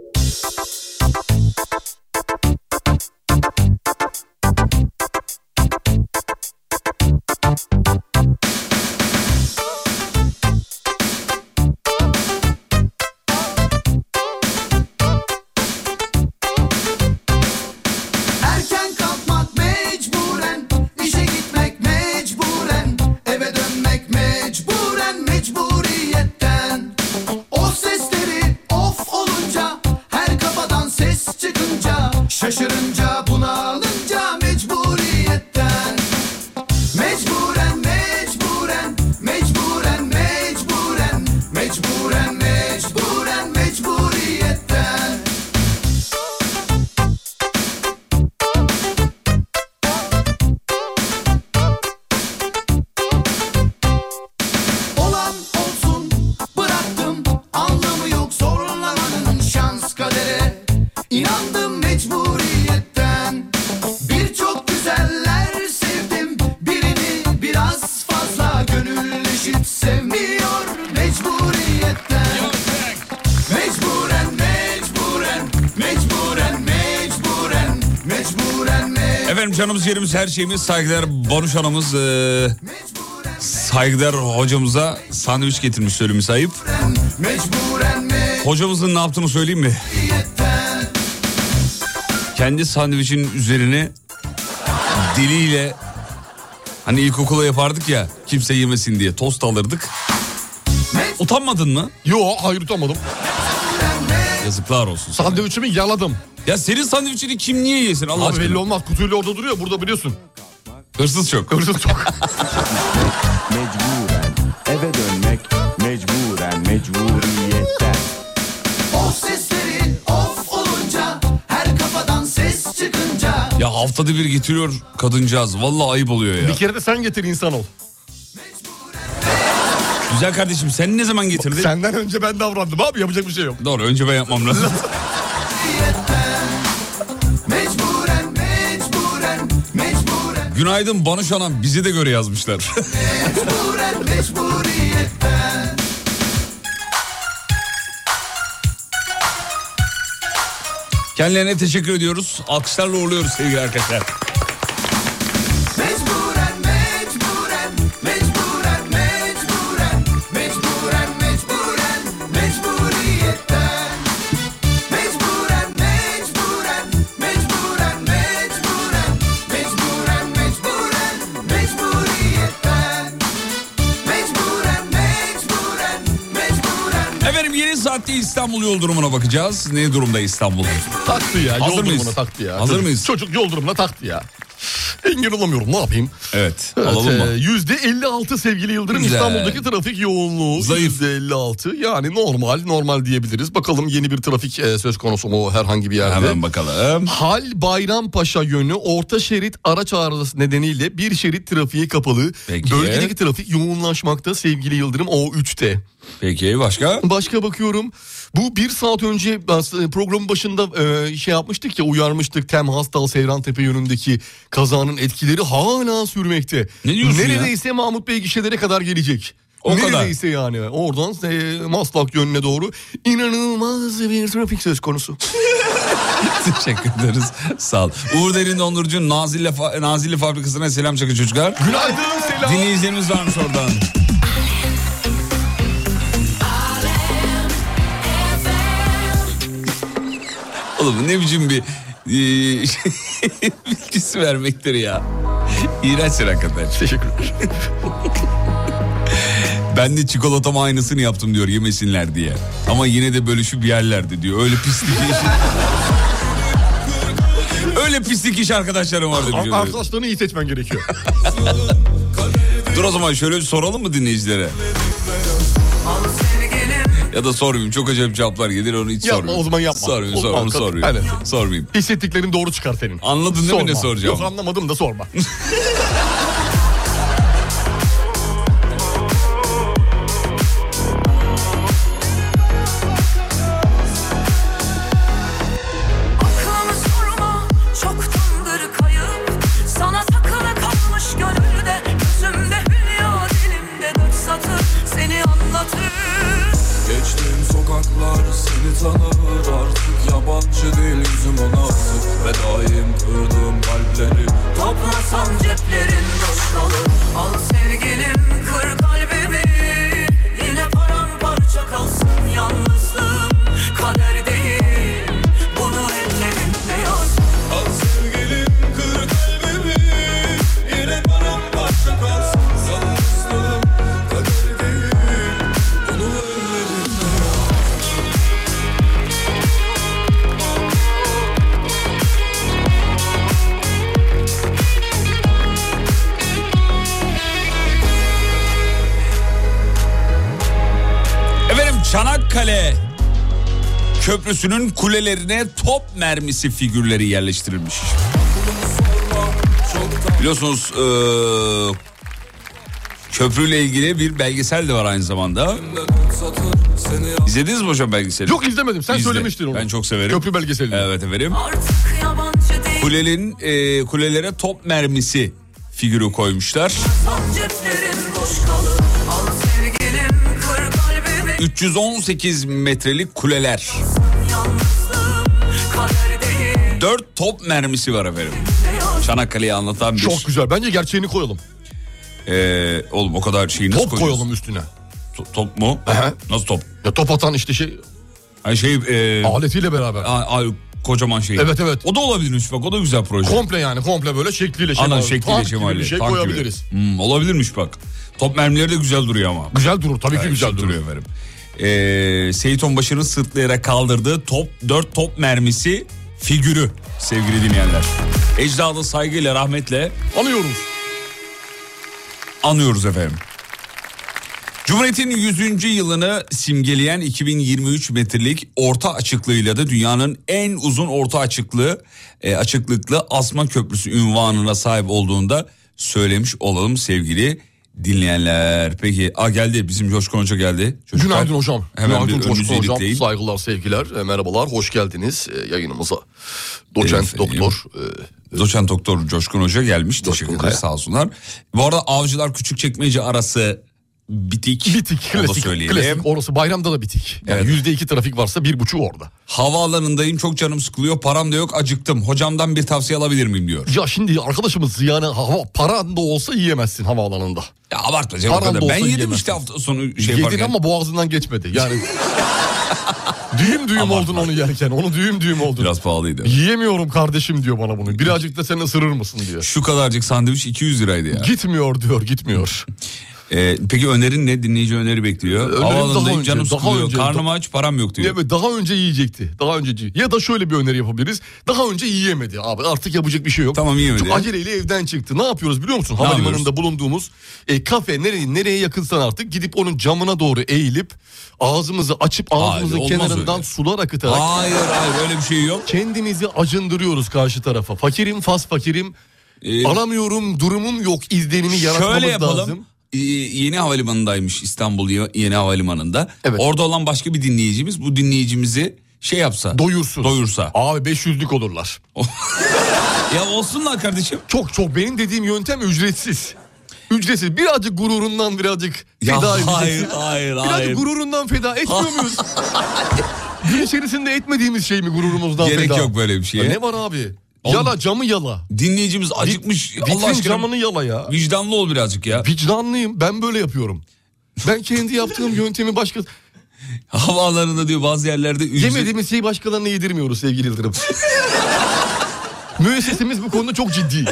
Speaker 9: Erken kalkmak mecburen, işe gitmek mecburen, eve dönmek mecburen mecburiyetten. O sesleri of olunca, her kafadan ses çıkınca, şaşırınca bunalınca mecburiyetten. Mecburen, mecburen, mecburen, mecburen, mecburen, mecburen, mecburiyetten. Olan olsun bıraktım anlamı yok zorlamanın şans kadere inandım mecburiyetten birçok güzeller sevdim birini biraz fazla gönülleşip sevmiyor mecburiyetten mecburen mecburen mecburen mecburen mecburen mecburen
Speaker 2: Efendim canımız yerimiz her şeyimiz saygılar Barış Hanım'ız ee, saygılar hocamıza sandviç getirmiş söylemi sahip.
Speaker 9: mecburen
Speaker 2: Hocamızın ne yaptığını söyleyeyim mi?
Speaker 9: mecburiyetten
Speaker 2: Kendi sandviçin üzerine diliyle hani ilkokula yapardık ya kimse yemesin diye tost alırdık. Utanmadın mı?
Speaker 4: Yo hayır tutamadım.
Speaker 2: Yazıklar olsun. sana.
Speaker 4: Sandviçimi yaladım.
Speaker 2: Ya senin sandviçini kim niye yesin Allah
Speaker 4: Abi belli
Speaker 2: aşkına?
Speaker 4: olmaz kutuyla orada duruyor burada biliyorsun.
Speaker 2: Hırsız çok.
Speaker 4: Hırsız çok.
Speaker 10: Mecburen eve dönmek mecburen mecburiyetten
Speaker 9: Of sesleri of olunca Her kafadan ses çıkınca
Speaker 2: Ya haftada bir getiriyor kadıncağız. Vallahi ayıp oluyor ya.
Speaker 4: Bir kere de sen getir insan ol.
Speaker 2: Güzel kardeşim sen ne zaman getirdin?
Speaker 4: Senden önce ben davrandım abi yapacak bir şey yok.
Speaker 2: Doğru önce ben yapmam lazım.
Speaker 9: Mecburen mecburen Mecburen
Speaker 2: Günaydın Banuş Hanım bizi de göre yazmışlar.
Speaker 9: mecburen Mecburiyetten
Speaker 2: Kendilerine teşekkür ediyoruz. Alkışlarla uğurluyoruz sevgili arkadaşlar.
Speaker 9: Mecburen mecburen Mecburen mecburen Mecburen mecburen Mecburiyetten Mecburen mecburen Mecburen mecburen Mecburen mecburen Mecburiyetten Mecburen mecburen Mecburen
Speaker 2: Efendim yeni saatte İstanbul yol durumuna bakacağız. Ne durumda İstanbul?
Speaker 4: Taktı ya
Speaker 2: Hazır
Speaker 4: yol
Speaker 2: mıyız?
Speaker 4: durumuna taktı ya.
Speaker 2: Hazır
Speaker 4: Çocuk-
Speaker 2: mıyız?
Speaker 4: Çocuk yol durumuna taktı ya. Engel olamıyorum ne yapayım?
Speaker 2: Evet,
Speaker 4: Evet,
Speaker 2: alalım mı?
Speaker 4: e, %56 sevgili Yıldırım
Speaker 2: Güzel.
Speaker 4: İstanbul'daki trafik yoğunluğu
Speaker 2: Zayıf.
Speaker 4: %56 yani normal normal diyebiliriz. Bakalım yeni bir trafik e, söz konusu mu herhangi bir yerde?
Speaker 2: Hemen bakalım.
Speaker 4: Hal Bayrampaşa yönü orta şerit araç arızası nedeniyle bir şerit trafiğe kapalı.
Speaker 2: Peki.
Speaker 4: Bölgedeki trafik yoğunlaşmakta sevgili Yıldırım O3'te.
Speaker 2: Peki başka?
Speaker 4: Başka bakıyorum. Bu bir saat önce aslında programın başında e, şey yapmıştık ya uyarmıştık. Tem Hastal Seyran Tepe yönündeki kazanın etkileri hala sürmekte.
Speaker 2: Ne diyorsun ya?
Speaker 4: Neredeyse Mahmut Bey gişelere kadar gelecek.
Speaker 2: O kadar.
Speaker 4: Neredeyse yani oradan e, Maslak yönüne doğru inanılmaz bir trafik söz konusu.
Speaker 2: Teşekkür ederiz. Sağ ol. Uğur Derin Dondurucu Nazilli, Fa- Nazilli Fabrikası'na selam çakın çocuklar.
Speaker 4: Günaydın selam.
Speaker 2: Dinleyicilerimiz varmış oradan. Oğlum ne biçim bir eee, şey, bilgisi vermektir ya. İğrençsin hakikaten.
Speaker 4: Teşekkürler.
Speaker 2: Ben de çikolatam aynısını yaptım diyor yemesinler diye. Ama yine de bölüşüp yerlerdi diyor. Öyle pislik iş. Öyle pislik iş arkadaşlarım vardı. diyor.
Speaker 4: Arkadaşlarını iyi seçmen gerekiyor.
Speaker 2: Dur o zaman şöyle bir soralım mı dinleyicilere? Ya da sormayayım. Çok acayip cevaplar gelir onu hiç
Speaker 4: Yapma,
Speaker 2: sormayayım.
Speaker 4: o zaman yapma.
Speaker 2: Sormayayım
Speaker 4: Olmaz,
Speaker 2: sormayayım.
Speaker 4: kat-
Speaker 2: Sormayayım.
Speaker 4: Aynen.
Speaker 2: sormayayım.
Speaker 4: Hissettiklerin doğru çıkar senin.
Speaker 2: Anladın değil mi ne soracağım?
Speaker 4: Yok anlamadım da sorma.
Speaker 1: Aklımı sorma çoktandır kayıp Sana sakala kalmış gönülde Gözümde hülya dilimde dört satır Seni anlatır
Speaker 9: Geçtiğim sokaklar seni tanır artık Yabancı değil yüzüm ona asık Ve daim kırdığım kalpleri
Speaker 1: Toplasam ceplerin boş kalır Al sevgilim kır kalbimi Yine paramparça kalsın yalnızlığım Kader değil bunu ellerimle yaz
Speaker 9: Al sevgilim kır kalbimi Yine paramparça kalsın Yalnızlığım kader değil Bunu ellerimle
Speaker 2: Efendim Çanakkale Köprüsü'nün kulelerine top mermisi figürleri yerleştirilmiş. Biliyorsunuz eee, köprüyle ilgili bir belgesel de var aynı zamanda.
Speaker 9: satır seni
Speaker 2: İzlediniz mi hocam belgeseli?
Speaker 4: Yok izlemedim. Sen
Speaker 2: İzle.
Speaker 4: söylemiştin onu.
Speaker 2: Ben çok severim.
Speaker 4: Köprü belgeselini.
Speaker 2: Evet efendim.
Speaker 1: Artık yabancı değil
Speaker 2: Kulenin eee, e, kulelere top mermisi figürü koymuşlar.
Speaker 1: Tam ceplerin boş kalır Al sevgilim kır kalbimi
Speaker 2: 318 metrelik kuleler.
Speaker 1: Yalnızlığım kader değil
Speaker 2: 4 top mermisi var efendim. Çanakkale'yi anlatan bir...
Speaker 4: Çok güzel. Bence gerçeğini koyalım.
Speaker 2: Eee, oğlum o kadar şeyi nasıl
Speaker 4: Top
Speaker 2: koyuyorsun?
Speaker 4: koyalım üstüne.
Speaker 2: To- top mu?
Speaker 4: Aha.
Speaker 2: Nasıl top?
Speaker 4: Ya top atan işte şey
Speaker 2: Ha şey e,
Speaker 4: aletiyle beraber.
Speaker 2: a- a- kocaman şey.
Speaker 4: Evet, evet.
Speaker 2: O da olabilirmiş bak o da güzel proje.
Speaker 4: Komple yani komple böyle şekliyle
Speaker 2: Ana
Speaker 4: şemali,
Speaker 2: şekliyle
Speaker 4: tank gibi
Speaker 2: şemali.
Speaker 4: bir şey
Speaker 2: tank gibi.
Speaker 4: koyabiliriz.
Speaker 2: Hmm, olabilirmiş bak. Top mermileri de güzel duruyor ama.
Speaker 4: Güzel durur tabii ki
Speaker 2: Evet,
Speaker 4: güzel
Speaker 2: şık
Speaker 4: durur.
Speaker 2: duruyor efendim. Ee, Seyit Onbaşı'nın sırtlayarak kaldırdığı top 4 top mermisi figürü sevgili dinleyenler. Ecdadı saygıyla rahmetle
Speaker 4: Anıyoruz.
Speaker 2: anıyoruz efendim. Cumhuriyet'in 100. yılını simgeleyen 2023 metrelik orta açıklığıyla da dünyanın en uzun orta açıklığı e, açıklıklı asma köprüsü ünvanına sahip olduğunda söylemiş olalım sevgili dinleyenler. Peki a geldi bizim Coşkun Hoca geldi. Çocuklar,
Speaker 4: Günaydın hocam.
Speaker 2: Hemen
Speaker 4: Günaydın
Speaker 2: bir önümüzü
Speaker 4: Coşkun hocam.
Speaker 2: ilikleyin.
Speaker 4: Saygılar sevgiler e, merhabalar hoş geldiniz e, yayınımıza. Doçent
Speaker 2: Efendim.
Speaker 4: doktor e,
Speaker 2: Doçent Doktor Coşkun Hoca gelmiş.
Speaker 4: Coşkun
Speaker 2: Teşekkür
Speaker 4: Kaya.
Speaker 2: ederiz sağ olsunlar. Bu arada avcılar küçükçekmece arası bitik.
Speaker 4: bitik
Speaker 2: Onu da
Speaker 4: klasik,
Speaker 2: söyleyelim.
Speaker 4: klasik orası bayramda da bitik. Yani yüzde iki trafik varsa bir buçuk orada.
Speaker 2: Havaalanındayım çok canım sıkılıyor param da yok acıktım. Hocamdan bir tavsiye alabilir miyim diyor.
Speaker 4: Ya şimdi arkadaşımız yani hava paran da olsa yiyemezsin havaalanında.
Speaker 2: Ya abartma canım o
Speaker 4: Param da
Speaker 2: kadar.
Speaker 4: olsa
Speaker 2: Ben yedim
Speaker 4: yiyemezsin.
Speaker 2: işte hafta sonu şey
Speaker 4: Yedin
Speaker 2: yaparken.
Speaker 4: ama boğazından geçmedi. Yani düğüm düğüm
Speaker 2: Abartma.
Speaker 4: oldun onu yerken. Onu düğüm düğüm oldun.
Speaker 2: Biraz pahalıydı.
Speaker 4: Yiyemiyorum kardeşim diyor bana bunu. Birazcık da sen ısırır mısın diyor.
Speaker 2: Şu kadarcık sandviç 200 liraydı ya.
Speaker 4: Gitmiyor diyor gitmiyor.
Speaker 2: Ee, peki önerin ne? Dinleyici öneri bekliyor.
Speaker 4: Önerim daha
Speaker 2: Havaalanındayım
Speaker 4: önce,
Speaker 2: canım
Speaker 4: daha
Speaker 2: sıkılıyor.
Speaker 4: önce,
Speaker 2: Karnım
Speaker 4: da-
Speaker 2: aç param yok diyor.
Speaker 4: Evet, daha önce yiyecekti. Daha önce yiy- ya da şöyle bir öneri yapabiliriz. Daha önce yiyemedi abi artık yapacak bir şey yok.
Speaker 2: Tamam, yiyemedi.
Speaker 4: Çok aceleyle evden çıktı. Ne yapıyoruz biliyor musun? Havalimanında bulunduğumuz e, kafe nereye, nereye yakınsan artık gidip onun camına doğru eğilip ağzımızı açıp ağzımızın
Speaker 2: olmaz
Speaker 4: kenarından
Speaker 2: öyle.
Speaker 4: sular akıtarak
Speaker 2: Hayır hayır öyle bir şey yok.
Speaker 4: kendimizi acındırıyoruz karşı tarafa. Fakirim fas fakirim
Speaker 2: Ee,
Speaker 4: alamıyorum durumum yok izlenimi yaratmamız
Speaker 2: Şöyle yapalım.
Speaker 4: lazım.
Speaker 2: e, yeni havalimanındaymış İstanbul Ye- Yeni Havalimanı'nda. Orada olan başka bir dinleyicimiz bu dinleyicimizi şey yapsa. Doyursun. Doyursa.
Speaker 4: Abi 500'lük olurlar.
Speaker 2: ya olsunlar kardeşim.
Speaker 4: Çok çok benim dediğim yöntem ücretsiz. Ücretsiz. Birazcık gururundan birazcık
Speaker 2: Ya
Speaker 4: feda edeceksin.
Speaker 2: hayır, hayır,
Speaker 4: Birazcık
Speaker 2: hayır.
Speaker 4: gururundan feda etmiyor muyuz? Gün içerisinde etmediğimiz şey mi gururumuzdan
Speaker 2: Gerek
Speaker 4: feda?
Speaker 2: yok böyle bir şeye.
Speaker 4: Ya ne var abi? Yala camı yala.
Speaker 2: Dinleyicimiz acıkmış. Allah aşkına.
Speaker 4: camını yala ya.
Speaker 2: Vicdanlı ol birazcık ya.
Speaker 4: Vicdanlıyım. Ben böyle yapıyorum. Ben kendi yaptığım yöntemi başka...
Speaker 2: Havaalanında diyor bazı yerlerde ücret...
Speaker 4: Yemediğimiz şeyi başkalarına yedirmiyoruz sevgili Yıldırım. Müessesemiz bu konuda çok ciddi.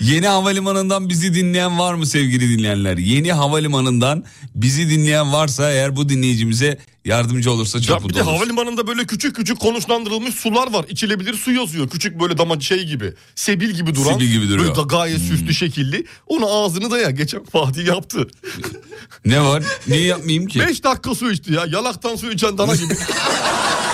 Speaker 2: Yeni havalimanından bizi dinleyen var mı sevgili dinleyenler? Yeni havalimanından bizi dinleyen varsa eğer bu dinleyicimize yardımcı olursa çok
Speaker 4: Bir
Speaker 2: mutlu
Speaker 4: de
Speaker 2: oluruz.
Speaker 4: havalimanında böyle küçük küçük konuşlandırılmış sular var. İçilebilir su yazıyor. Küçük böyle damacı şey gibi. Sebil gibi duran.
Speaker 2: Sebil gibi duruyor. Hmm.
Speaker 4: Böyle da gayet süslü şekilli. Onu ağzını daya. Geçen Fatih yaptı.
Speaker 2: Ne var? Niye yapmayayım ki?
Speaker 4: 5 dakika su içti ya. Yalaktan su içen dana gibi.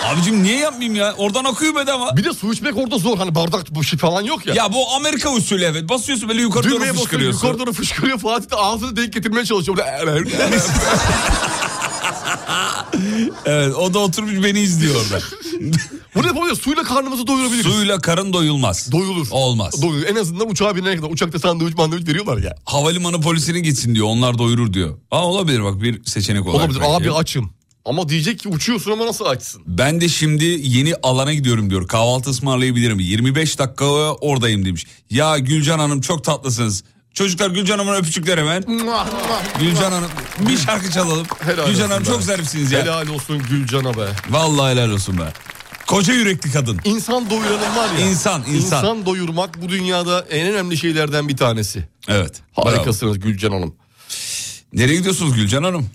Speaker 2: Abicim niye yapmayayım ya? Oradan akıyor bedava.
Speaker 4: Bir de su içmek orada zor. Hani bardak boşu falan yok ya.
Speaker 2: Ya bu Amerika usulü evet. Basıyorsun böyle yukarı
Speaker 4: Düğmeye
Speaker 2: doğru
Speaker 4: basıyor,
Speaker 2: fışkırıyorsun.
Speaker 4: Yukarı doğru fışkırıyor. Fatih de ağzını denk getirmeye çalışıyor. Böyle...
Speaker 2: Evet o da oturmuş beni izliyor orada.
Speaker 4: Bunu yapamıyoruz. Suyla karnımızı doyurabiliriz.
Speaker 2: Suyla karın doyulmaz.
Speaker 4: Doyulur.
Speaker 2: Olmaz.
Speaker 4: Doyurur. En azından uçağa binene kadar. Uçakta sandviç mandviç veriyorlar ya.
Speaker 2: Havalimanı polisine gitsin diyor. Onlar doyurur diyor. Aa olabilir bak bir seçenek olarak.
Speaker 4: Olabilir.
Speaker 2: belki.
Speaker 4: Abi açım. Ama diyecek ki uçuyorsun ama nasıl açsın?
Speaker 2: Ben de şimdi yeni alana gidiyorum diyor. Kahvaltı ısmarlayabilirim. 25 dakika oradayım demiş. Ya Gülcan Hanım çok tatlısınız. Çocuklar Gülcan Hanım'a öpücükler hemen. Gülcan Hanım bir şarkı çalalım. Gülcan Hanım
Speaker 4: olsun
Speaker 2: çok
Speaker 4: be.
Speaker 2: zarifsiniz ya.
Speaker 4: Helal olsun Gülcan'a be.
Speaker 2: Vallahi helal olsun be. Koca yürekli kadın.
Speaker 4: İnsan doyuranın var ya.
Speaker 2: İnsan, insan.
Speaker 4: İnsan doyurmak bu dünyada en önemli şeylerden bir tanesi.
Speaker 2: Evet.
Speaker 4: Harikasınız Gülcan Hanım.
Speaker 2: Nereye gidiyorsunuz Gülcan Hanım?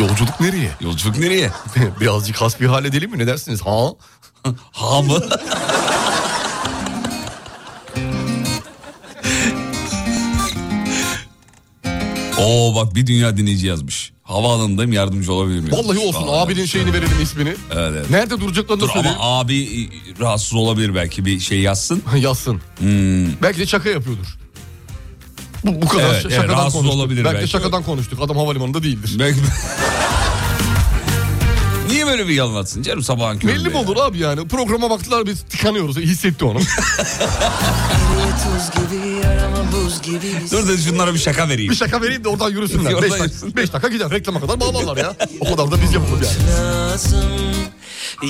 Speaker 4: Yolculuk nereye?
Speaker 2: Yolculuk nereye?
Speaker 4: Birazcık hasbihal edelim mi ne dersiniz? Ha?
Speaker 2: ha mı? Oo bak bir dünya dinleyici yazmış. Havaalanındayım yardımcı olabilir miyim?
Speaker 4: Vallahi olsun
Speaker 2: Vallahi.
Speaker 4: abinin şeyini verelim ismini.
Speaker 2: Evet, evet.
Speaker 4: Nerede duracaklarını
Speaker 2: Dur ama
Speaker 4: söyleyeyim.
Speaker 2: abi e, rahatsız olabilir belki bir şey yazsın.
Speaker 4: Yazsın.
Speaker 2: Hmm.
Speaker 4: Belki de şaka yapıyordur. Bu, bu kadar
Speaker 2: Evet,
Speaker 4: şa-
Speaker 2: evet,
Speaker 4: şakadan
Speaker 2: rahatsız
Speaker 4: konuştuk.
Speaker 2: olabilir
Speaker 4: belki, de
Speaker 2: belki.
Speaker 4: şakadan konuştuk. Adam havalimanında değildir.
Speaker 2: Belki... Niye böyle bir yalan atsın canım sabahın köründe?
Speaker 4: Belli mi
Speaker 2: ya?
Speaker 4: olur abi yani? Programa baktılar biz tıkanıyoruz. Hissetti onu.
Speaker 1: Geriye Hani tuz gibi yarama buz gibi
Speaker 2: Dur da şunlara bir şaka vereyim.
Speaker 4: bir şaka vereyim de oradan yürüsünler.
Speaker 2: Oradan
Speaker 4: 5 dakika,
Speaker 2: yürüsün.
Speaker 4: beş dakika gider reklama kadar bağlarlar ya. O kadar da biz yapalım yani.
Speaker 1: lazım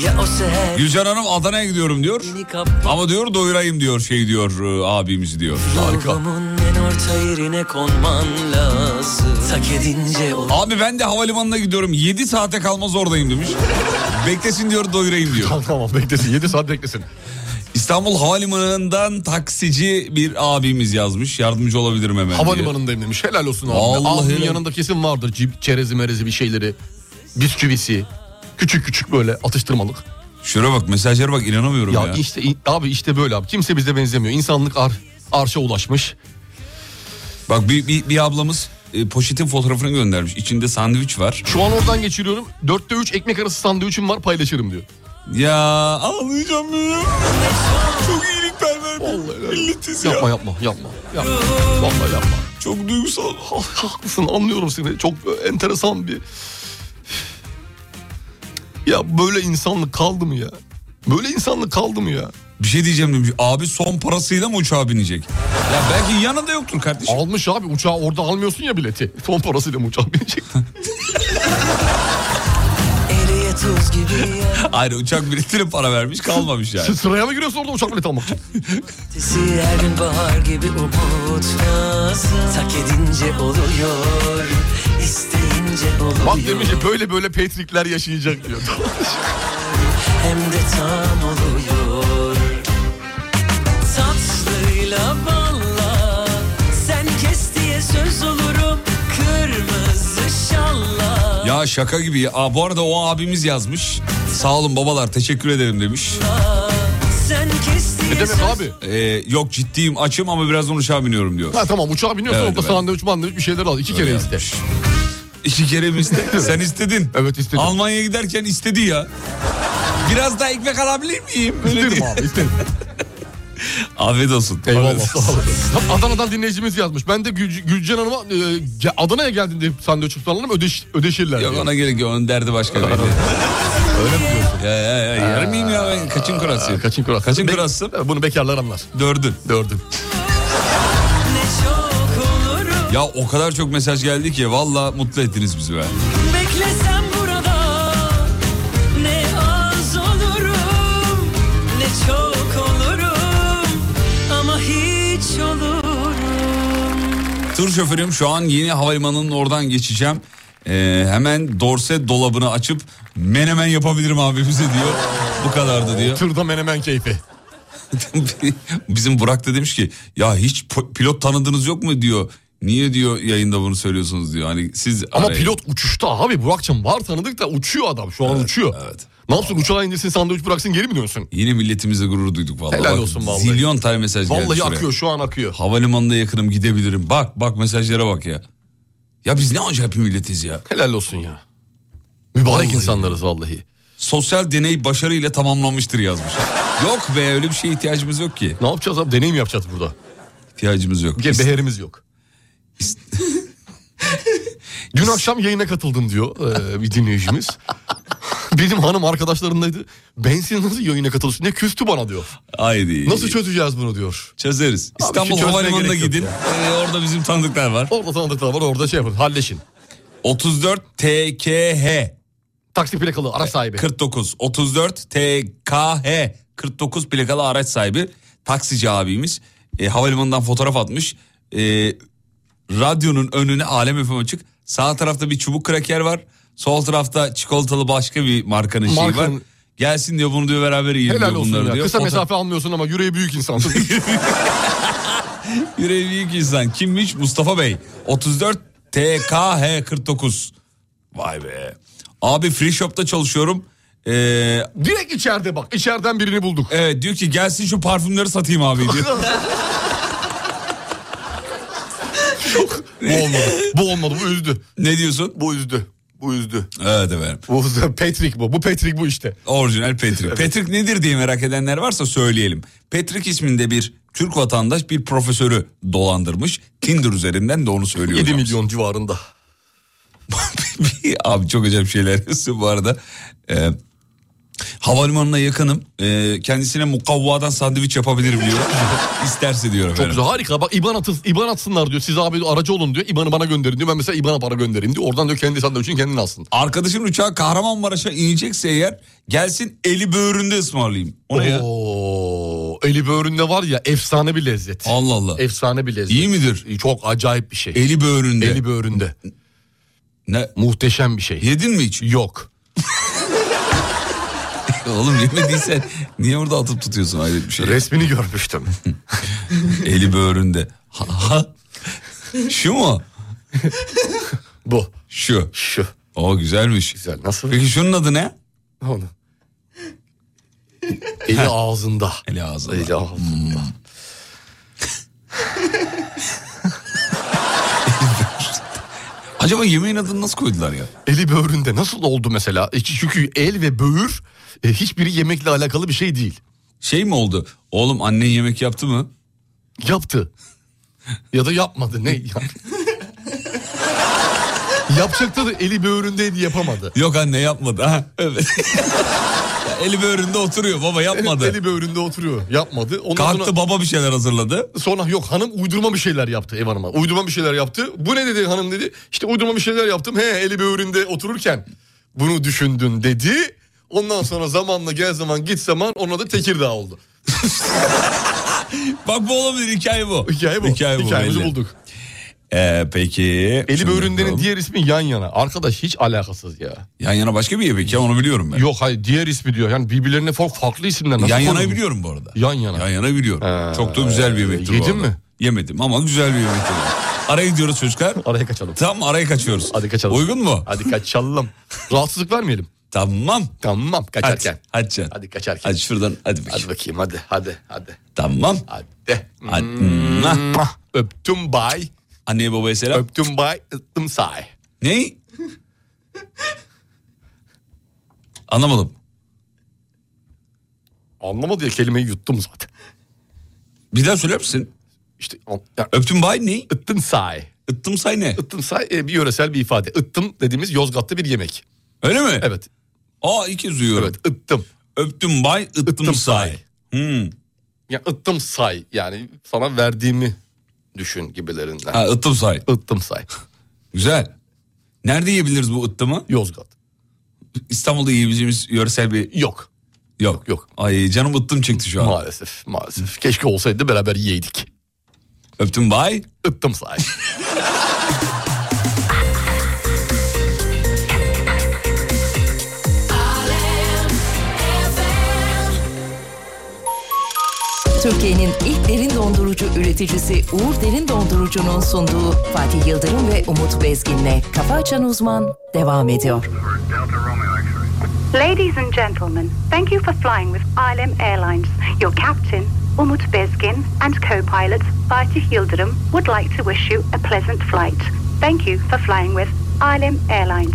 Speaker 1: Ya o
Speaker 4: şey-
Speaker 1: seher
Speaker 2: Gülcan Hanım Adana'ya gidiyorum diyor. Ama diyor doyurayım diyor şey diyor e, abimiz diyor.
Speaker 1: Yolumun en orta yerine konman lazım Tak edince o
Speaker 2: Abi ben de havalimanına gidiyorum 7 saate kalmaz oradayım demiş. Beklesin diyor doyurayım diyor.
Speaker 4: Tamam tamam beklesin 7 saat beklesin.
Speaker 2: İstanbul Havalimanı'ndan taksici bir abimiz yazmış. Yardımcı olabilirim hemen diye.
Speaker 4: Havalimanındayım demiş helal olsun abi.
Speaker 2: Vallahi
Speaker 4: Abinin
Speaker 2: helal.
Speaker 4: yanında kesin vardır cip, çerezi merezi bir şeyleri. Bisküvisi. Küçük küçük böyle atıştırmalık.
Speaker 2: Şuraya bak mesajlara bak inanamıyorum
Speaker 4: Ya,
Speaker 2: ya.
Speaker 4: işte in- abi işte böyle abi. Kimse bize benzemiyor. İnsanlık ar, arşa ulaşmış.
Speaker 2: Bak bir, bir, bir ablamız e, poşetin fotoğrafını göndermiş. İçinde sandviç var.
Speaker 4: Şu an oradan geçiriyorum. Dörtte üç ekmek arası sandviçim var paylaşırım diyor.
Speaker 2: Ya ağlayacağım ya. Çok iyilikperver bir milletiz ya.
Speaker 4: Yapma yapma yapma. yapma. Vallahi yapma.
Speaker 2: Çok duygusal.
Speaker 4: Ha- Haklısın anlıyorum seni. Çok enteresan bir... Ya böyle insanlık kaldı mı ya? Böyle insanlık kaldı mı ya?
Speaker 2: Bir şey diyeceğim demiş. Abi son parasıyla mı uçağa binecek? Ya belki yanında yoktur kardeşim.
Speaker 4: Almış abi uçağı orada almıyorsun ya bileti. Son parasıyla mı uçağa binecek?
Speaker 1: Eriye tuz gibi
Speaker 2: Hayır uçak biletine para vermiş kalmamış yani.
Speaker 4: Sen sıraya mı giriyorsun orada uçak bileti almak için?
Speaker 1: ertesi Her gün bahar gibi umut lazım Tak edince oluyor İsteyince oluyor
Speaker 4: Bak demiş ki böyle böyle Patrick'ler yaşayacak diyor.
Speaker 1: Hem de tam oluyor Tatlıyla balla Sen kes diye söz olurum Kırmızı şalla
Speaker 2: Ya şaka gibi ya. Aa, bu arada o abimiz yazmış. Sağ olun babalar teşekkür ederim demiş.
Speaker 1: Sen kes diye
Speaker 4: ne E demek
Speaker 1: söz
Speaker 4: abi?
Speaker 2: Ee, yok ciddiyim açım ama birazdan uçağa biniyorum diyor.
Speaker 4: Ha tamam uçağa biniyorsun
Speaker 2: Evet,
Speaker 4: orada
Speaker 2: evet.
Speaker 4: sandviç mandviç bir şeyler al. iki kere iste.
Speaker 2: İki kere mi istedin? Sen istedin.
Speaker 4: Evet istedim.
Speaker 2: Almanya'ya giderken istedi ya. Biraz daha ekmek alabilir miyim? Öyle
Speaker 4: İsterim
Speaker 2: diyor.
Speaker 4: abi isterim.
Speaker 2: Afiyet olsun.
Speaker 4: Eyvallah. Tam Adana'dan dinleyicimiz yazmış. Ben de Gül, Gülcan Hanım'a e, ge- Adana'ya geldiğinde hep sandviç ısmarlarım ödeş, ödeşirler.
Speaker 2: Yok
Speaker 4: diyor.
Speaker 2: ona gerek yok. Onun derdi başka belli. Öyle mi diyorsun? Ya, ya, ya, yer miyim ya ben? Kaçın kurası? Kaçın kurası. Kaçın kurası?
Speaker 4: Bunu bekarlar anlar.
Speaker 2: Dördün.
Speaker 4: Dördün.
Speaker 2: Ya o kadar çok mesaj geldi ki valla mutlu ettiniz bizi be.
Speaker 1: Beklesem burada ne az olurum ne çok olurum ama hiç olurum.
Speaker 2: Tır şoförüm şu an yeni havalimanının oradan geçeceğim. Ee, hemen dorse dolabını açıp menemen yapabilirim abimize diyor. Bu kadardı diyor.
Speaker 4: Tırda menemen keyfi.
Speaker 2: Bizim Burak da demiş ki ya hiç po- pilot tanıdığınız yok mu diyor. Niye diyor yayında bunu söylüyorsunuz diyor. Hani siz
Speaker 4: Ama
Speaker 2: arayın.
Speaker 4: pilot uçuşta abi Burak'cığım var tanıdık da uçuyor adam şu an uçuyor. Ne yapsın uçağa indirsin sandviç bıraksın geri mi dönsün?
Speaker 2: Yine milletimizle gurur duyduk vallahi.
Speaker 4: Helal
Speaker 2: Bak,
Speaker 4: olsun vallahi.
Speaker 2: Zilyon tane mesaj geldi.
Speaker 4: Vallahi
Speaker 2: şuraya.
Speaker 4: akıyor şu an akıyor.
Speaker 2: Havalimanına yakınım gidebilirim. Bak bak mesajlara bak ya. Ya biz ne acayip bir milletiz ya.
Speaker 4: Helal olsun ya. Mübarek insanlarız vallahi.
Speaker 2: Sosyal deney başarıyla tamamlanmıştır yazmış. yok be öyle bir şeye ihtiyacımız yok ki.
Speaker 4: Ne yapacağız abi deneyim yapacağız burada.
Speaker 2: İhtiyacımız yok.
Speaker 4: Bir kere beherimiz yok. Dün akşam yayına katıldım diyor eee, bir dinleyicimiz. Benim hanım arkadaşlarındaydı. Ben senin nasıl yayına katılıyorsun diye küstü bana diyor.
Speaker 2: Haydi.
Speaker 4: Nasıl çözeceğiz bunu diyor.
Speaker 2: Çözeriz.
Speaker 4: Abi
Speaker 2: İstanbul
Speaker 4: şu çözmeye
Speaker 2: Havalimanı'na
Speaker 4: gerek yok
Speaker 2: gidin. Ee, orada bizim tanıdıklar var.
Speaker 4: Orada tanıdıklar var orada şey yapın halleşin.
Speaker 2: 34 TKH.
Speaker 4: Taksi plakalı araç sahibi.
Speaker 2: 49 34 TKH 49 plakalı araç sahibi taksici abimiz e, havalimanından fotoğraf atmış. E, radyonun önüne alem FM açık. Sağ tarafta bir çubuk kraker var. Sol tarafta çikolatalı başka bir markanın şeyi var.
Speaker 4: Markanın-
Speaker 2: Gelsin diyor bunu diyor beraber yiyelim
Speaker 4: Helal
Speaker 2: diyor
Speaker 4: olsun
Speaker 2: bunları
Speaker 4: ya.
Speaker 2: diyor.
Speaker 4: Kısa
Speaker 2: Foto-
Speaker 4: mesafe almıyorsun ama yüreği büyük insansın.
Speaker 2: Yüreği büyük insan kimmiş? Mustafa Bey. 34 TKH 49. Vay be. Abi free shop'ta çalışıyorum. Ee,
Speaker 4: Direkt içeride bak. içeriden birini bulduk.
Speaker 2: Evet diyor ki gelsin şu parfümleri satayım abi diyor.
Speaker 4: bu olmadı. Bu olmadı. Bu üzdü.
Speaker 2: ne diyorsun?
Speaker 4: Bu üzdü. Bu üzdü.
Speaker 2: Evet efendim.
Speaker 4: Bu üzdü. Patrick bu. Bu Patrick bu işte.
Speaker 2: Orijinal Patrick. Patrick nedir diye merak edenler varsa söyleyelim. Patrick isminde bir Türk vatandaş bir profesörü dolandırmış. Tinder üzerinden de onu söylüyor.
Speaker 4: 7
Speaker 2: hocam.
Speaker 4: milyon civarında.
Speaker 2: Abi çok acayip şeyler yazıyor bu arada. Ee, havalimanına yakınım. Ee, kendisine mukavvadan sandviç yapabilirim diyor. İsterse diyor
Speaker 4: Çok
Speaker 2: efendim.
Speaker 4: güzel harika bak IBAN, atın, IBAN atsınlar diyor siz abi aracı olun diyor IBAN'ı bana gönderin diyor ben mesela IBAN'a para göndereyim diyor oradan diyor kendi sandviçini kendin alsın.
Speaker 2: Arkadaşım uçağa Kahramanmaraş'a inecekse eğer gelsin eli böğründe ısmarlayayım. O ne ya?
Speaker 4: Oo, eli böğründe var ya efsane bir lezzet.
Speaker 2: Allah Allah.
Speaker 4: Efsane bir lezzet.
Speaker 2: İyi midir?
Speaker 4: Çok acayip bir şey.
Speaker 2: Eli böğründe.
Speaker 4: Eli böğründe.
Speaker 2: Ne?
Speaker 4: Muhteşem bir şey.
Speaker 2: Yedin mi hiç?
Speaker 4: Yok.
Speaker 2: Oğlum yemediysen niye burada atıp tutuyorsun hayret bir şey.
Speaker 4: Resmini görmüştüm.
Speaker 2: Eli böğründe. Ha, ha. Şu mu?
Speaker 4: Bu.
Speaker 2: Şu.
Speaker 4: Şu.
Speaker 2: O güzelmiş.
Speaker 4: Güzel. Nasıl?
Speaker 2: Peki şunun adı ne?
Speaker 4: Onu. Eli ağzında.
Speaker 2: Eli ağzında. Hmm.
Speaker 4: Eli ağzında.
Speaker 2: Acaba yemeğin adını nasıl koydular ya?
Speaker 4: Eli böğründe nasıl oldu mesela? E, Çünkü el ve böğür e, hiçbiri yemekle alakalı bir şey değil.
Speaker 2: Şey mi oldu? Oğlum annen yemek yaptı mı?
Speaker 4: Yaptı. Ya da yapmadı. Ne? Yapacaktı da eli böğründeydi yapamadı.
Speaker 2: Yok anne yapmadı. Ha? Evet. Ya Eli böğründe oturuyor baba yapmadı.
Speaker 4: Eli böğründe oturuyor. Yapmadı. Ondan sonra...
Speaker 2: Kalktı baba bir şeyler hazırladı.
Speaker 4: Sonra yok hanım uydurma bir şeyler yaptı ev hanıma. Uydurma bir şeyler yaptı. Bu ne dedi hanım dedi. İşte uydurma bir şeyler yaptım. He eli böğründe otururken bunu düşündün dedi. Ondan sonra zamanla gel zaman git zaman ona da Tekirdağ oldu.
Speaker 2: Bak bu olabilir hikaye bu.
Speaker 4: Hikaye bu.
Speaker 2: Hikaye bu,
Speaker 4: Hikayemizi
Speaker 2: belli.
Speaker 4: bulduk.
Speaker 2: Ee, peki.
Speaker 4: Eli
Speaker 2: Şunu
Speaker 4: böğründenin
Speaker 2: yapalım.
Speaker 4: diğer ismi yan yana. Arkadaş hiç alakasız ya.
Speaker 2: Yan yana başka bir yemek ya onu biliyorum ben.
Speaker 4: Yok hayır diğer ismi diyor. Yani birbirlerine farklı, farklı isimler. Nasıl
Speaker 2: Yan yana
Speaker 4: konulur?
Speaker 2: biliyorum bu arada.
Speaker 4: Yan yana.
Speaker 2: Yan yana biliyorum.
Speaker 4: Ha,
Speaker 2: Çok da güzel bir yemekti
Speaker 4: yedin mi?
Speaker 2: Yemedim ama güzel bir yemekti. araya gidiyoruz çocuklar.
Speaker 4: Araya kaçalım.
Speaker 2: Tam araya kaçıyoruz.
Speaker 4: Hadi kaçalım.
Speaker 2: Uygun mu?
Speaker 4: Hadi kaçalım. Rahatsızlık vermeyelim.
Speaker 2: Tamam.
Speaker 4: Tamam
Speaker 2: Hadi.
Speaker 4: kaçarken.
Speaker 2: Hadi. canım.
Speaker 4: Hadi kaçarken.
Speaker 2: Hadi şuradan hadi bakayım.
Speaker 4: Hadi bakayım hadi hadi hadi.
Speaker 2: Tamam.
Speaker 4: Hadi.
Speaker 2: Hadi.
Speaker 4: Hmm.
Speaker 2: Mwah.
Speaker 4: Öptüm bay.
Speaker 2: Anneye babaya selam.
Speaker 4: Öptüm bay. Öptüm say.
Speaker 2: Ne? Anlamadım.
Speaker 4: Anlamadı ya kelimeyi yuttum zaten.
Speaker 2: Bir daha söyler misin?
Speaker 4: İşte
Speaker 2: öptüm bay ne?
Speaker 4: Ittım say.
Speaker 2: Ittım say ne?
Speaker 4: Ittım say e, bir yöresel bir ifade. Ittım dediğimiz Yozgat'ta bir yemek.
Speaker 2: Öyle mi?
Speaker 4: Evet.
Speaker 2: Aa ilk kez duyuyorum.
Speaker 4: Evet ıttım.
Speaker 2: Öptüm bay ıttım, say.
Speaker 4: Ya ıttım say yani sana verdiğimi düşün gibilerinden.
Speaker 2: Ha ıttım say.
Speaker 4: Ittım say.
Speaker 2: Güzel. Nerede yiyebiliriz bu ıttımı?
Speaker 4: Yozgat.
Speaker 2: İstanbul'da yiyebileceğimiz yöresel bir...
Speaker 4: Yok.
Speaker 2: Yok. Yok. Ay canım ıttım çekti şu an.
Speaker 4: Maalesef maalesef. Keşke olsaydı beraber yiyeydik.
Speaker 2: Öptüm bay.
Speaker 4: Ittım say.
Speaker 8: Türkiye'nin ilk derin dondurucu üreticisi Uğur Derin Dondurucu'nun sunduğu Fatih Yıldırım ve Umut Bezgin'le Kafa Açan Uzman devam ediyor.
Speaker 11: Ladies and gentlemen, thank you for flying with ILM Airlines. Your captain, Umut Bezgin, and co-pilot Fatih Yıldırım would like to wish you a pleasant flight. Thank you for flying with ILM Airlines.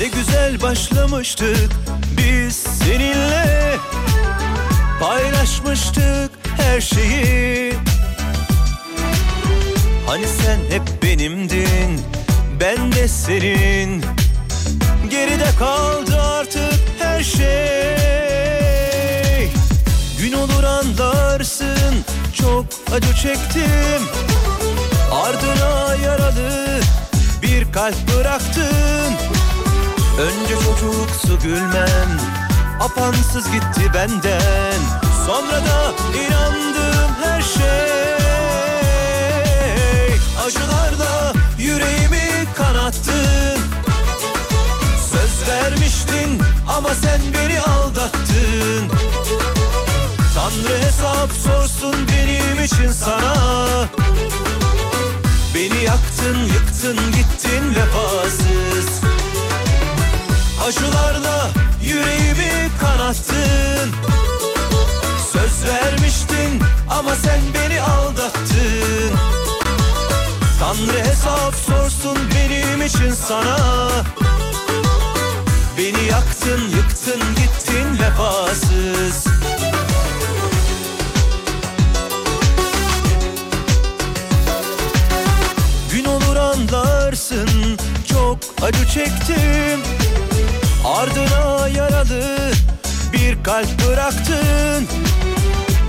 Speaker 12: Ne güzel başlamıştık biz seninle Paylaşmıştık her şeyi Hani sen hep benimdin Ben de senin Geride kaldı artık her şey Gün olur anlarsın Çok acı çektim Ardına yaralı bir kalp bıraktın Önce çocuksu gülmem Apansız gitti benden Sonra da inandım her şey Acılarla yüreğimi kanattın Söz vermiştin ama sen beni aldattın Tanrı hesap sorsun benim için sana Beni yaktın yıktın gittin vefasız Acılarla yüreğimi kanattın Söz vermiştin ama sen beni aldattın Tanrı hesap sorsun benim için sana Beni yaktın yıktın gittin vefasız Gün olur anlarsın çok acı çektim Ardına yaralı bir kalp bıraktın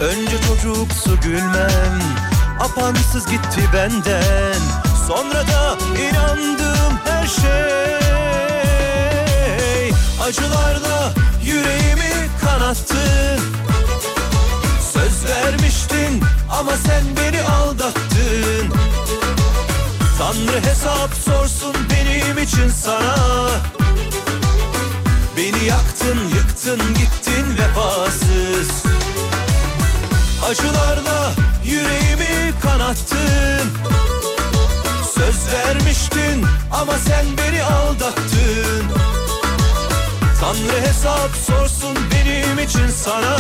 Speaker 12: Önce çocuksu gülmem Apansız gitti benden Sonra da inandım her şey Acılarla yüreğimi kanattın Söz vermiştin ama sen beni aldattın Tanrı hesap sorsun benim için sana Beni yaktın yıktın gittin vefasız Acılarla yüreğimi kanattın Söz vermiştin ama sen beni aldattın Tanrı hesap sorsun benim için sana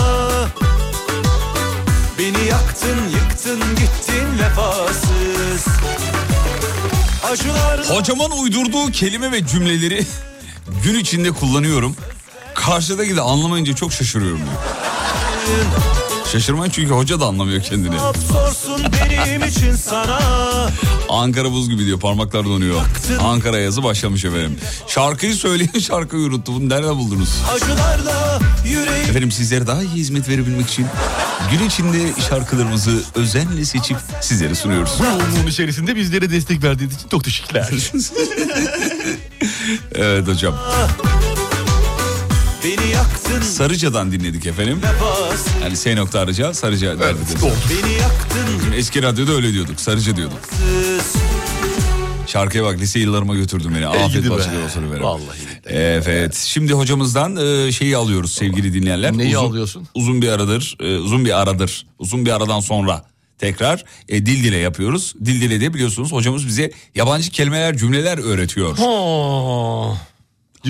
Speaker 12: Beni yaktın yıktın gittin vefasız Acılarla
Speaker 2: Hocamın uydurduğu kelime ve cümleleri gün içinde kullanıyorum. Karşıdaki de anlamayınca çok şaşırıyorum. diyor. Şaşırmayın çünkü hoca da anlamıyor kendini.
Speaker 12: Hesap sorsun benim için sana
Speaker 2: Ankara buz gibi diyor parmaklar donuyor. Ankara yazı başlamış efendim. Şarkıyı söyleyen şarkıyı unuttu. Bunu nereden buldunuz?
Speaker 12: Acılarla yüreğim
Speaker 2: Efendim sizlere daha iyi hizmet verebilmek için gün içinde şarkılarımızı özenle seçip sizlere sunuyoruz.
Speaker 4: Bu yoğunluğun içerisinde bizlere destek verdiğiniz için çok teşekkürler.
Speaker 2: Evet hocam.
Speaker 12: Beni yaktın
Speaker 2: Sarıca'dan dinledik efendim. Yani S nokta Arıca, Sarıca derdi.
Speaker 12: Beni yaktın
Speaker 2: Bizim eski radyoda öyle diyorduk, Sarıca diyorduk. Şarkıya bak lise yıllarıma götürdüm beni. Afiyet
Speaker 4: gidi be.
Speaker 2: olsun olsun verim. Evet. Şimdi hocamızdan e, şeyi alıyoruz sevgili dinleyenler.
Speaker 4: Neyi
Speaker 2: uzun,
Speaker 4: alıyorsun?
Speaker 2: Uzun bir aradır. e, uzun bir aradır. Uzun bir aradan sonra tekrar e, dil dile yapıyoruz. Dil dile de biliyorsunuz hocamız bize yabancı kelimeler, cümleler öğretiyor.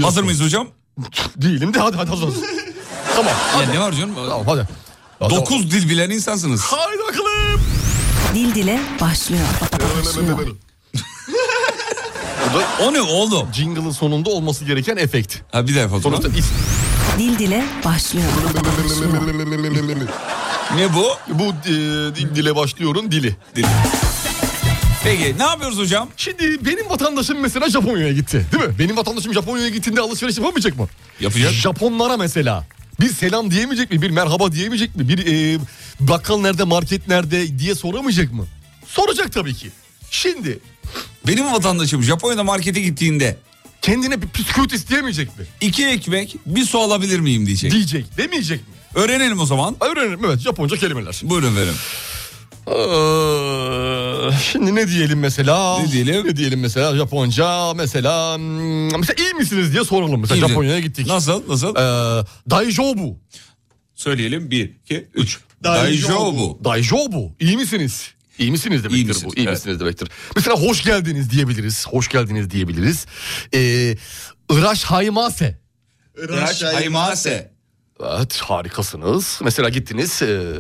Speaker 2: Hazır mıyız hocam?
Speaker 4: Değilim de hadi hadi hazır. hazır. tamam.
Speaker 2: Ya ne var canım?
Speaker 4: Tamam hadi.
Speaker 2: Dokuz dil bilen insansınız.
Speaker 4: Haydi bakalım.
Speaker 5: Dil dile başlıyor. başlıyor.
Speaker 2: o ne oğlum?
Speaker 4: Jingle'ın sonunda olması gereken efekt.
Speaker 2: Ha bir defa.
Speaker 4: Sonuçta is-
Speaker 5: Dil dile başlıyor.
Speaker 2: Ne bu?
Speaker 4: Bu e, dil- dile başlıyorum dili.
Speaker 2: Dili. Peki ne yapıyoruz hocam?
Speaker 4: Şimdi benim vatandaşım mesela Japonya'ya gitti değil mi? Benim vatandaşım Japonya'ya gittiğinde alışveriş yapamayacak mı?
Speaker 2: Yapacak.
Speaker 4: Japonlara mesela bir selam diyemeyecek mi? Bir merhaba diyemeyecek mi? Bir e, bakkal nerede market nerede diye soramayacak mı? Soracak tabii ki. Şimdi.
Speaker 2: Benim vatandaşım Japonya'da markete gittiğinde.
Speaker 4: Kendine bir bisküvit isteyemeyecek mi?
Speaker 2: İki ekmek bir su alabilir miyim diyecek.
Speaker 4: Diyecek demeyecek mi?
Speaker 2: Öğrenelim o zaman.
Speaker 4: Öğrenelim evet Japonca kelimeler.
Speaker 2: Buyurun verin.
Speaker 4: Ee, Şimdi ne diyelim mesela?
Speaker 2: Ne diyelim?
Speaker 4: Ne diyelim mesela Japonca mesela hmm, mesela iyi misiniz diye soralım mesela
Speaker 2: İyi mi?
Speaker 4: Japonya'ya gittik.
Speaker 2: Nasıl nasıl?
Speaker 4: Ee, Daijobu.
Speaker 2: Söyleyelim bir, iki, üç.
Speaker 4: Daijobu. Daijobu. İyi misiniz? İyi misiniz demektir
Speaker 2: misiniz?
Speaker 4: bu. İyi
Speaker 2: Evet.
Speaker 4: misiniz demektir. Mesela hoş geldiniz diyebiliriz. Hoş geldiniz diyebiliriz. Ee, Irash haymase.
Speaker 2: Raş Aymase.
Speaker 4: Evet harikasınız. Mesela gittiniz e,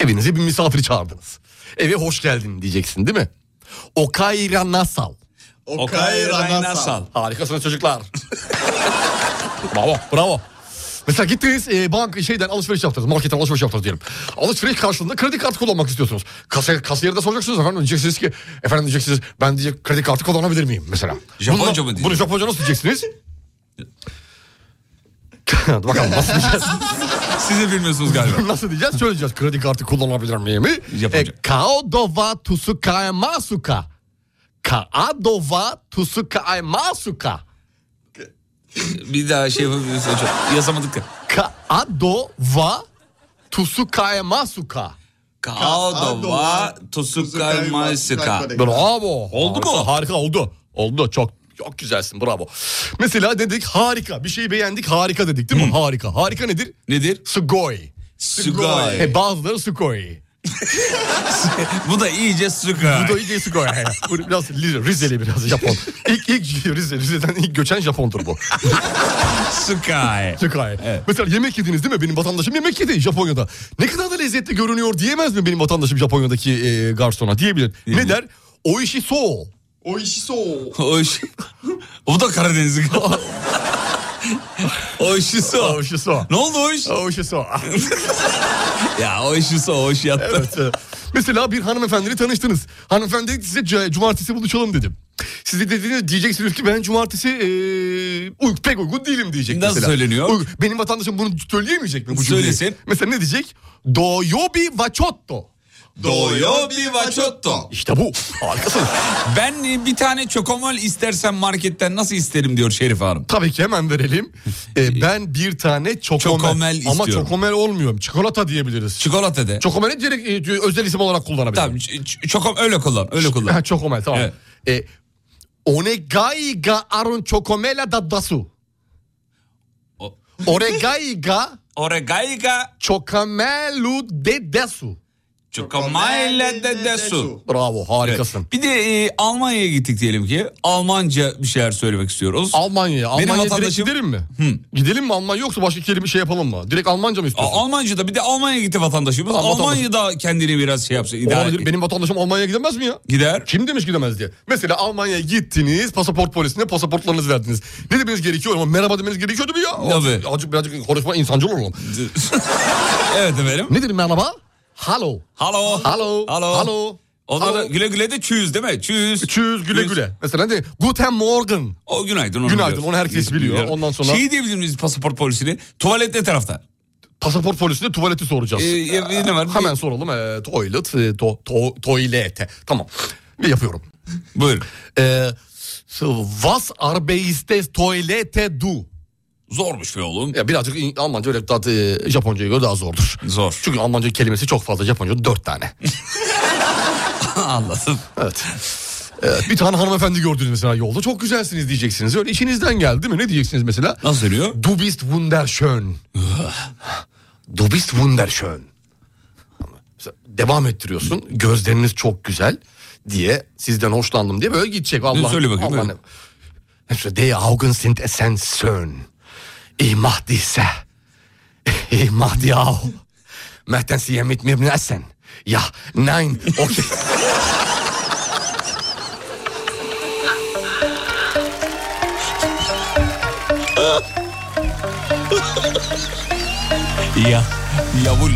Speaker 4: evinize bir misafir çağırdınız. Eve hoş geldin diyeceksin değil mi? Okayra nasal.
Speaker 2: Okay Raynasal.
Speaker 4: Harikasınız çocuklar. bravo bravo. Mesela gittiniz e, bank şeyden alışveriş yaptınız. Marketten alışveriş yaptınız diyelim. Alışveriş karşılığında kredi kartı kullanmak istiyorsunuz. Kasa, kasiyere de soracaksınız. Efendim diyeceksiniz ki efendim diyeceksiniz ben diyecek kredi kartı kullanabilir miyim mesela?
Speaker 2: Japonca
Speaker 4: Bunu-
Speaker 2: mı diyeceksiniz?
Speaker 4: Bunu Japonca nasıl diyeceksiniz? Bakalım nasıl diyeceğiz?
Speaker 2: Siz de bilmiyorsunuz galiba.
Speaker 4: Nasıl diyeceğiz? Söyleyeceğiz. Kredi kartı kullanabilir miyim? E,
Speaker 2: Japonca.
Speaker 4: Kaodova tusukaemasuka. Kaodova tusukaemasuka.
Speaker 2: bir daha şey yapabiliriz hocam. Yazamadık da.
Speaker 4: Kaodova tusukaemasuka.
Speaker 2: Kaodova Tosukaymasuka.
Speaker 4: Bravo.
Speaker 2: Oldu
Speaker 4: Harika,
Speaker 2: mu?
Speaker 4: Harika oldu. Oldu çok çok güzelsin bravo. Mesela dedik harika bir şeyi beğendik harika dedik değil mi? Harika. Harika nedir?
Speaker 2: Nedir?
Speaker 4: Sugoi.
Speaker 2: Sugoi.
Speaker 4: E, bazıları sugoi.
Speaker 2: Bu da iyice suka.
Speaker 4: Bu da iyice Sugoi. Bu biraz Rize- Rizeli biraz Japon. İlk ilk Rize, Rize'den ilk göçen Japondur bu.
Speaker 2: Sukai.
Speaker 4: Sugoi.
Speaker 2: Evet.
Speaker 4: Mesela yemek yediniz değil mi? Benim vatandaşım yemek yedi Japonya'da. Ne kadar da lezzetli görünüyor diyemez mi benim vatandaşım Japonya'daki e, garsona diyebilir. Ne der? O işi so.
Speaker 13: O işi so.
Speaker 2: O iş... Bu da Karadenizli. o işi so.
Speaker 4: O işi so.
Speaker 2: Ne oldu o iş?
Speaker 4: O işi so.
Speaker 2: Ya o işi so, o iş yattı.
Speaker 4: Evet. e, Mesela bir hanımefendiyle tanıştınız. Hanımefendi dedi ki size "C- cumartesi buluşalım dedim. Siz de dediğiniz diyeceksiniz ki ben cumartesi e, uy- pek uygun değilim diyecek
Speaker 2: Nasıl
Speaker 4: mesela.
Speaker 2: söyleniyor?
Speaker 4: Uy- benim vatandaşım bunu söyleyemeyecek mi bu cümleyi?
Speaker 2: Söylesin.
Speaker 4: Mesela ne diyecek? Doyobi vachotto.
Speaker 2: Doyobi vachotto.
Speaker 4: İşte bu. Harikasınız.
Speaker 2: Ben bir tane çokomol istersen marketten nasıl isterim diyor Şerif Hanım.
Speaker 4: Tabii ki hemen verelim. E, ben bir tane çokomel.
Speaker 2: Çokomel
Speaker 4: Ama
Speaker 2: istiyorum.
Speaker 4: çokomel olmuyor. Çikolata diyebiliriz.
Speaker 2: Çikolata de.
Speaker 4: Çokomeli direkt e, özel isim olarak kullanabiliriz.
Speaker 2: Tamam ç- ç- çokom öyle kullan öyle
Speaker 4: Ha,
Speaker 2: kullan.
Speaker 4: çokomel tamam.
Speaker 2: Evet.
Speaker 4: E, onegai ga arun çokomela dadasu.
Speaker 2: O-
Speaker 4: Oregai ga
Speaker 2: Oregaiga
Speaker 4: çokamelu dedesu.
Speaker 2: Cukamayla dede su.
Speaker 4: Bravo harikasın.
Speaker 2: Bir de e, Almanya'ya gittik diyelim ki. Almanca bir şeyler söylemek istiyoruz.
Speaker 4: Almanya'ya.
Speaker 2: Benim
Speaker 4: Almanya'ya direkt
Speaker 2: vatandaşım-
Speaker 4: gidelim mi? Gidelim mi Almanya yoksa başka kelime şey yapalım mı? Direkt Almanca mı istiyorsun?
Speaker 2: Almanca'da bir de Almanya'ya gitti vatandaşımız.
Speaker 4: Tamam, vatandaş-
Speaker 2: Almanya'da kendini biraz şey yapsın. idare-
Speaker 4: Olabilir. şey- Benim vatandaşım Almanya'ya gidemez mi ya?
Speaker 2: Gider.
Speaker 4: Kim demiş gidemez diye. Mesela Almanya'ya gittiniz pasaport polisine pasaportlarınızı verdiniz. Ne demeniz gerekiyor ama merhaba demeniz gerekiyordu mu ya?
Speaker 2: Tabii.
Speaker 4: Azıcık birazcık konuşma insancıl olalım.
Speaker 2: evet efendim.
Speaker 4: Nedir merhaba? Hello.
Speaker 2: Hello.
Speaker 4: Hello.
Speaker 2: Hello.
Speaker 4: Hello.
Speaker 2: Onlara
Speaker 4: Hello.
Speaker 2: güle güle de çüz değil mi? Çüz.
Speaker 4: Çüz güle güle. Mesela de Guten Morgen.
Speaker 2: O günaydın onu
Speaker 4: Günaydın,
Speaker 2: biliyoruz.
Speaker 4: onu herkes biliyor. Ondan sonra-
Speaker 2: Şeyi diyebilir miyiz pasaport polisini? Tuvalet ne tarafta?
Speaker 4: Pasaport polisine tuvaleti soracağız.
Speaker 2: Ee, ya bir ne var?
Speaker 4: Hemen soralım. Ee, toilet. e, to, to, toilete. Tamam. Bir yapıyorum.
Speaker 2: Buyurun.
Speaker 4: Ee, was arbeitest toilete du?
Speaker 2: Zormuş be oğlum.
Speaker 4: Ya birazcık İng- Almanca öyle daha, e, Japonca'ya göre daha zordur.
Speaker 2: Zor.
Speaker 4: Çünkü Almanca kelimesi çok fazla. Japonca dört tane.
Speaker 2: Anladım.
Speaker 4: Evet. Ee, bir tane hanımefendi gördünüz mesela yolda. Çok güzelsiniz diyeceksiniz. Öyle içinizden geldi değil mi? Ne diyeceksiniz mesela?
Speaker 2: Nasıl söylüyor?
Speaker 4: Du bist wunderschön. du bist wunderschön. Mesela Devam ettiriyorsun. Gözleriniz çok güzel diye sizden hoşlandım diye böyle gidecek. Allah,
Speaker 2: söyle bakayım,
Speaker 4: Allah
Speaker 2: evet.
Speaker 4: ne- Mesela, Die Augen sind essen schön. Ich mach diese. Ich mach die auch. Möchten Sie mit mir essen? Ja, nein, okay.
Speaker 2: Ya. Yavul.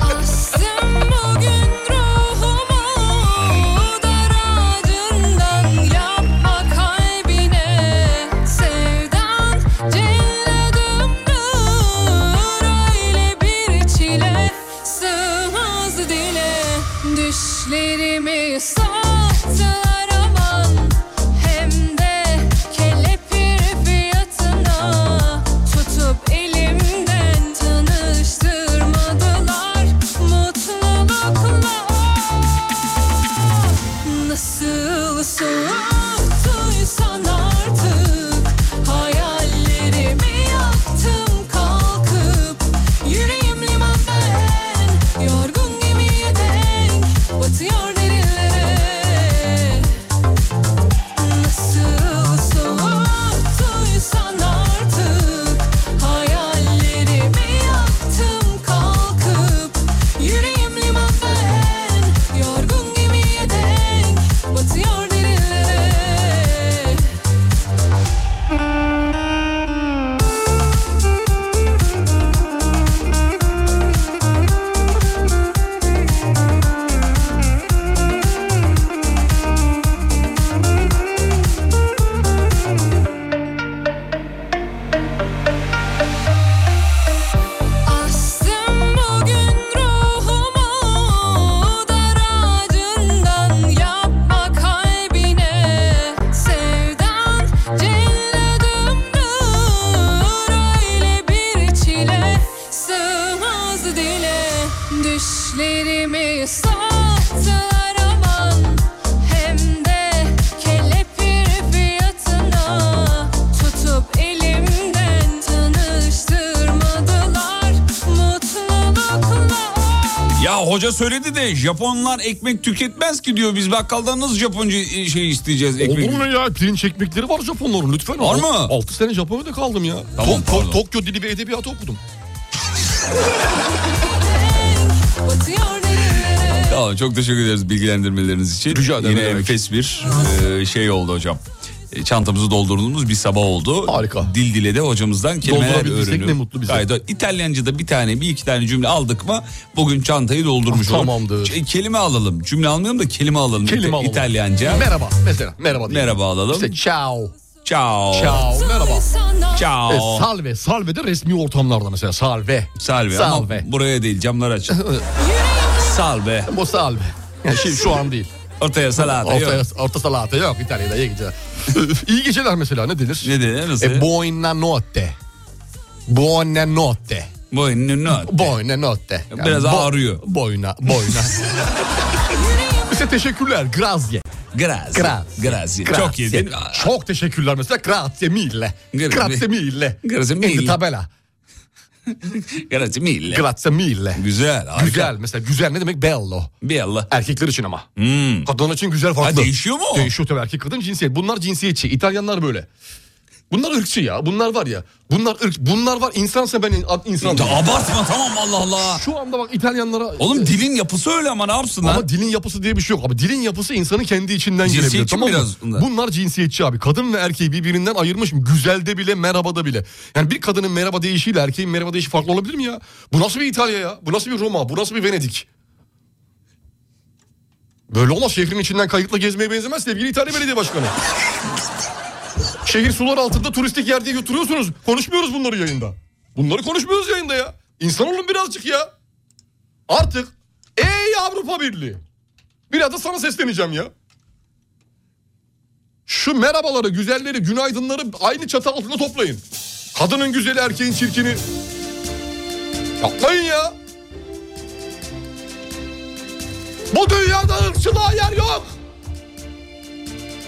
Speaker 13: Astım bugün ruhumu daracından yapma kalbine sevdan celladımdır öyle bir çile sığmaz dile düşlerimi sattılar aman hem de kelepir fiyatına tutup elimden tanıştırmadılar mutlulukla nasıl soğuktuysan artık hayallerimi yaktım kalkıp yüreğim limanda en yorgun gemiye denk batıyor derinlere Nasıl soğuktuysan artık Hayallerimi yaktım kalkıp Yüreğim limanda en Yorgun gemiye denk Batıyor derinlere Astım bugün ruhumu daracından yapma kalbine sevdan celladımdır öyle bir çile sığmaz dile düşlerimi sattılar aman hem de kelepir fiyatına tutup elimden tanıştırmadılar mutlulukla.
Speaker 2: Ya hoca söyledi de Japonlar ekmek tüketmez ki diyor. Biz bakkaldan nasıl Japonca e, şey isteyeceğiz ekmek?
Speaker 4: Olur mu ya? Pirinç ekmekleri var Japonların lütfen.
Speaker 2: Var mı?
Speaker 4: 6 sene Japonya'da kaldım ya.
Speaker 2: Tamam,
Speaker 4: Tok- Tok-
Speaker 2: pardon.
Speaker 4: Tokyo dili ve edebiyatı okudum.
Speaker 13: Batıyor derinlere
Speaker 2: Tamam çok teşekkür ederiz bilgilendirmeleriniz için. Rica
Speaker 4: ederim,
Speaker 2: Yine
Speaker 4: ne demek.
Speaker 2: enfes bir e, şey oldu hocam. E, Çantamızı doldurduğumuz bir sabah oldu. Harika. Dil dile de hocamızdan kelimeler
Speaker 4: Doldurabildiysek
Speaker 2: öğreniyoruz.
Speaker 4: ne mutlu bize.
Speaker 2: Gayet doğru. İtalyanca'da bir tane bir iki tane cümle aldık mı bugün çantayı doldurmuş
Speaker 4: Ah,
Speaker 2: olalım.
Speaker 4: tamamdır.
Speaker 2: Ç- e, kelime alalım. Cümle almayalım da kelime alalım.
Speaker 4: Kelime
Speaker 2: İta-
Speaker 4: alalım.
Speaker 2: İtalyanca.
Speaker 4: Merhaba mesela. Merhaba diyeyim.
Speaker 2: Merhaba alalım.
Speaker 4: İşte ciao.
Speaker 2: Ciao.
Speaker 4: Ciao. Merhaba.
Speaker 2: Ciao.
Speaker 4: E, salve. Salve de resmi ortamlarda mesela. Salve.
Speaker 2: Salve.
Speaker 4: Salve.
Speaker 2: Ama buraya değil camlar aç. Salve.
Speaker 4: Bu salve. Yani şey, şu an değil.
Speaker 2: Ortaya salata yok.
Speaker 4: orta, orta salata yok İtalya'da iyi geceler. E, iyi geceler mesela ne denir?
Speaker 2: Ne denir, nasıl?
Speaker 4: E, buona notte. Buona notte.
Speaker 2: Buonanotte.
Speaker 4: Boyna notte.
Speaker 2: Biraz ağrıyor.
Speaker 4: Boyna, boyna. Bize teşekkürler. Grazie.
Speaker 2: Grazie.
Speaker 4: Grazie.
Speaker 2: Grazie. Çok yedin.
Speaker 4: Çok teşekkürler mesela. Grazie mille.
Speaker 2: Grazie.
Speaker 4: Grazie mille.
Speaker 2: Grazie mille.
Speaker 4: In tabela.
Speaker 2: Grazie mille.
Speaker 4: Grazie mille.
Speaker 2: Güzel. Harika.
Speaker 4: Güzel mesela güzel ne demek bello.
Speaker 2: Bello.
Speaker 4: Erkekler için ama.
Speaker 2: Hmm.
Speaker 4: Kadınlar için güzel farklı.
Speaker 2: değişiyor mu?
Speaker 4: Değişiyor tabii erkek kadın cinsiyet. Bunlar cinsiyetçi. İtalyanlar böyle. Bunlar ırkçı ya. Bunlar var ya. Bunlar ırk. Bunlar var. İnsansa ben in- insan.
Speaker 2: Ya abartma, tamam, Allah Allah.
Speaker 4: Şu anda bak İtalyanlara.
Speaker 2: Oğlum dilin yapısı öyle ama ne yapsın
Speaker 4: Ama
Speaker 2: lan?
Speaker 4: dilin yapısı diye bir şey yok. Abi dilin yapısı insanın kendi içinden
Speaker 2: Cinsiyetçi
Speaker 4: gelebilir. Tamam
Speaker 2: mi
Speaker 4: mı?
Speaker 2: biraz bunlar?
Speaker 4: Bunlar cinsiyetçi abi. Kadın ve erkeği birbirinden ayırmışım. Güzelde bile merhabada bile. Yani bir kadının merhaba deyişiyle erkeğin merhaba deyişi farklı olabilir mi ya? Bu nasıl bir İtalya ya? Bu nasıl bir Roma? Bu nasıl bir Venedik? Böyle olmaz. Şehrin içinden kayıkla gezmeye benzemez sevgili İtalya Belediye Başkanı. Şehir sular altında turistik yer diye götürüyorsunuz. Konuşmuyoruz bunları yayında. Bunları konuşmuyoruz yayında ya. İnsan olun birazcık ya. Artık ey Avrupa Birliği. Biraz da sana sesleneceğim ya. Şu merhabaları, güzelleri, günaydınları aynı çatı altında toplayın. Kadının güzeli, erkeğin çirkini. Yapmayın ya. Bu dünyada ırkçılığa yer yok.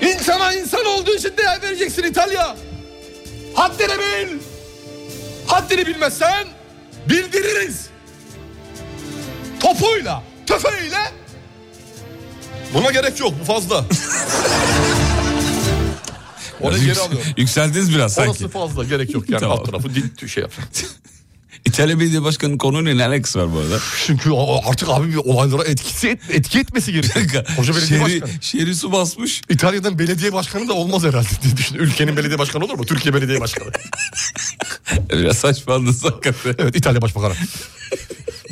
Speaker 4: İnsana insan olduğu için değer vereceksin İtalya. Haddini bil. Haddini bilmezsen bildiririz. Topuyla, tüfeğiyle. Buna gerek yok bu fazla. Oraya
Speaker 2: Biraz
Speaker 4: geri
Speaker 2: yüks-
Speaker 4: alıyorum.
Speaker 2: Yükseldiniz biraz sanki.
Speaker 4: Orası fazla gerek yok yani
Speaker 2: Tamam.
Speaker 4: alt tarafı dil şey yapacak.
Speaker 2: İtalya Belediye Başkanı'nın konuyla ne alakası var bu arada?
Speaker 4: Çünkü a- artık abi bir olaylara etkisi et- etki etmesi gerekiyor. Hoca belediye
Speaker 2: Şehri-
Speaker 4: başkanı.
Speaker 2: şehri su basmış.
Speaker 4: İtalya'dan belediye başkanı da olmaz herhalde diye düşün. Ülkenin belediye başkanı olur mu? Türkiye belediye başkanı.
Speaker 2: Biraz saçmaladınız hakikaten.
Speaker 4: Evet İtalya Başbakanı.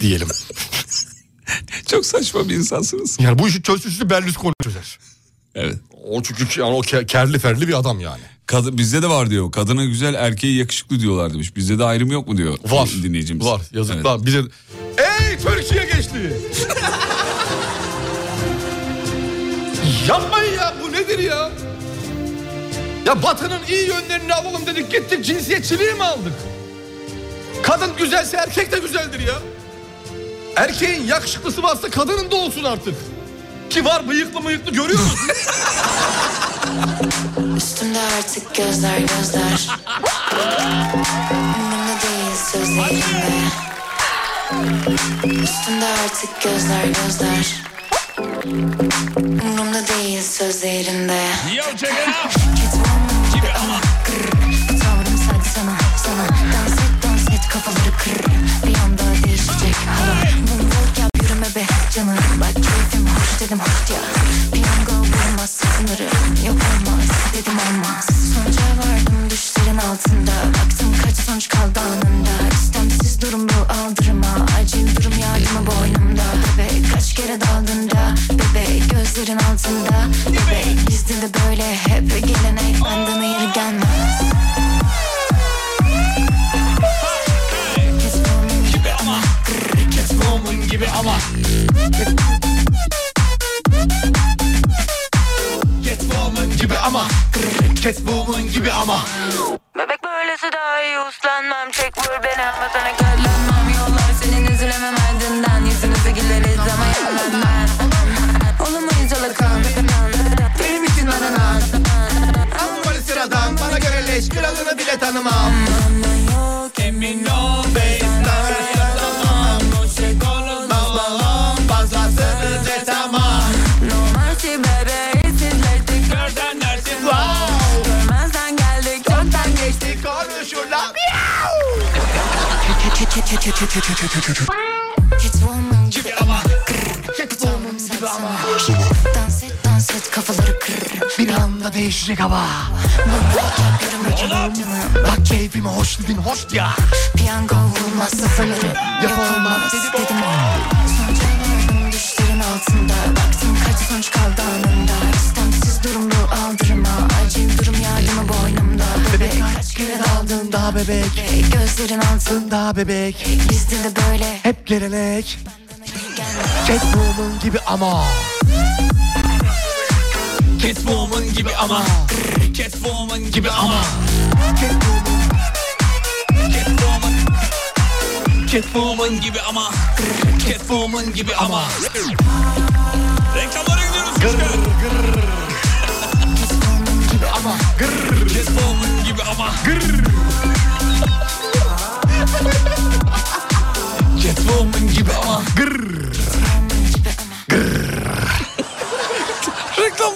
Speaker 4: Diyelim.
Speaker 2: Çok saçma bir insansınız.
Speaker 4: Yani bu işi çözücüsü Berlusconi çözer.
Speaker 2: Evet.
Speaker 4: O çünkü yani o ke- kerli ferli bir adam yani.
Speaker 2: Kadın, bizde de var diyor. Kadına güzel erkeği yakışıklı diyorlar demiş. Bizde de ayrım yok mu diyor
Speaker 4: Var.
Speaker 2: dinleyicimiz.
Speaker 4: Var yazıklar bize... Ey Türkiye geçti! Yapmayın ya bu nedir ya? Ya Batı'nın iyi yönlerini alalım dedik gittik cinsiyetçiliği mi aldık? Kadın güzelse erkek de güzeldir ya. Erkeğin yakışıklısı varsa kadının da olsun artık. Ki var bıyıklı mıyıklı görüyor musun?
Speaker 1: Üstümde artık gözler gözler Umurumda değil sözlerinde Üstümde artık gözler gözler Umurumda değil sözlerinde Yo check it out Tavrım sadece sana sana Dans et dans et kafaları kır Bir anda değişecek hava Vur vur gel yürüme be canım Bak keyfim hoş dedim hoş ya Piyango vurmaz sınırı Yok olmaz dedim olmaz Sonuca vardım düşlerin altında Baktım kaç sonuç kaldı anında İstemsiz durum bu aldırma Acil durum yardıma boynumda Bebek kaç kere daldın da Bebek gözlerin altında Bebek bizde de böyle hep gelenek Benden ayır gelmez
Speaker 9: gibi ama Grrr, Catwoman gibi ama Catwoman gibi ama Grrr, Catwoman gibi ama
Speaker 14: Bebek böylesi daha iyi uslanmam Çek vur beni ama sana katlanmam Yollar senin üzülemem ardından Yüzünüzü güleriz ama yalan ben Olamayız alakan
Speaker 9: Benim için ananas Ama böyle sıradan bana göre leş Kralını bile tanımam Emin ol babe Nazar yapamam Noche con los balon Fazlasını de tamam
Speaker 14: No mercy bebe Sizlerdik
Speaker 9: Nereden dersin wow
Speaker 14: Görmezden geldik Çoktan geçtik
Speaker 9: Bir konuşurlar
Speaker 1: Catwoman gibi ama Catwoman gibi ama Dans et dans et kafaları kır Bir anda değişecek hava
Speaker 9: Bak keyfime hoş dedin hoş ya
Speaker 1: Piyango vurmaz sıfırları Yok olmaz dedim Sonuca vardım düşlerin altında Baktım kaç sonuç kaldı anında İstemsiz durum bu aldırma Acil durum yardımı boynumda Bebek kaç kere daldın daha bebek Gözlerin altında bebek Bizde de böyle
Speaker 9: Hep gelenek Catwoman gibi ama Catwoman gibi ama Grrr, Catwoman gibi ama Catwoman Catwoman Catwoman gibi ama Grrr, Catwoman gibi ama Reklamlara gidiyoruz Gırr gırr gibi ama Gırr Catwoman gibi ama Gırr
Speaker 1: hayvan gibi ama.
Speaker 4: Gırr.
Speaker 8: Reklam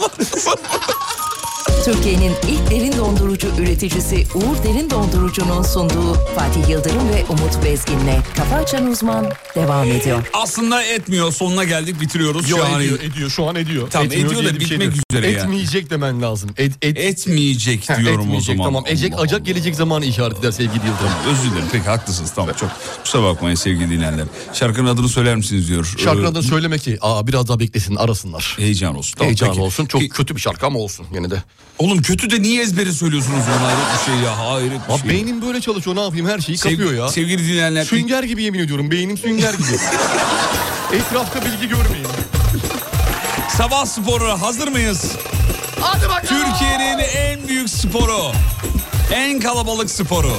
Speaker 8: Türkiye'nin ilk derin dondurucu üreticisi Uğur Derin Dondurucu'nun sunduğu Fatih Yıldırım ve Umut Bezgin'le Kafa Açan Uzman devam ediyor.
Speaker 2: Aslında etmiyor. Sonuna geldik bitiriyoruz.
Speaker 4: Yok
Speaker 2: şu an
Speaker 4: ediyor, ediyor şu an ediyor.
Speaker 2: Tamam,
Speaker 4: Etmiyor
Speaker 2: ediyor da
Speaker 4: diye bir şey
Speaker 2: bitmek
Speaker 4: yok.
Speaker 2: üzere ya.
Speaker 4: Etmeyecek demen lazım. Et, et-
Speaker 2: Etmeyecek
Speaker 4: Ha,
Speaker 2: diyorum o
Speaker 4: etmeyecek,
Speaker 2: zaman.
Speaker 4: Tamam ecek acak gelecek zamanı işaret eder sevgili Yıldırım.
Speaker 2: Özür dilerim. Peki haklısınız. Tamam çok. Kusura bakmayın sevgili dinleyenler. Şarkının adını söyler misiniz diyor.
Speaker 4: Şarkının
Speaker 2: Ee,
Speaker 4: adını söyleme ki aa biraz daha beklesin arasınlar.
Speaker 2: Heyecan olsun. Tamam,
Speaker 4: Heyecan
Speaker 2: peki.
Speaker 4: olsun çok kötü bir şarkı ama olsun yine de.
Speaker 2: Oğlum kötü de niye ezbere söylüyorsunuz onu hayret bir şey ya hayret bir
Speaker 4: Abi
Speaker 2: şey.
Speaker 4: beynim böyle çalışıyor ne yapayım her şeyi
Speaker 2: Sev-
Speaker 4: kapıyor ya.
Speaker 2: sevgili dinleyenler-
Speaker 4: Sünger gibi yemin ediyorum beynim sünger gibi. Etrafta bilgi görmeyin.
Speaker 2: Sabah sporu hazır mıyız?
Speaker 4: Hadi bakalım.
Speaker 2: Türkiye'nin en büyük sporu. En kalabalık sporu.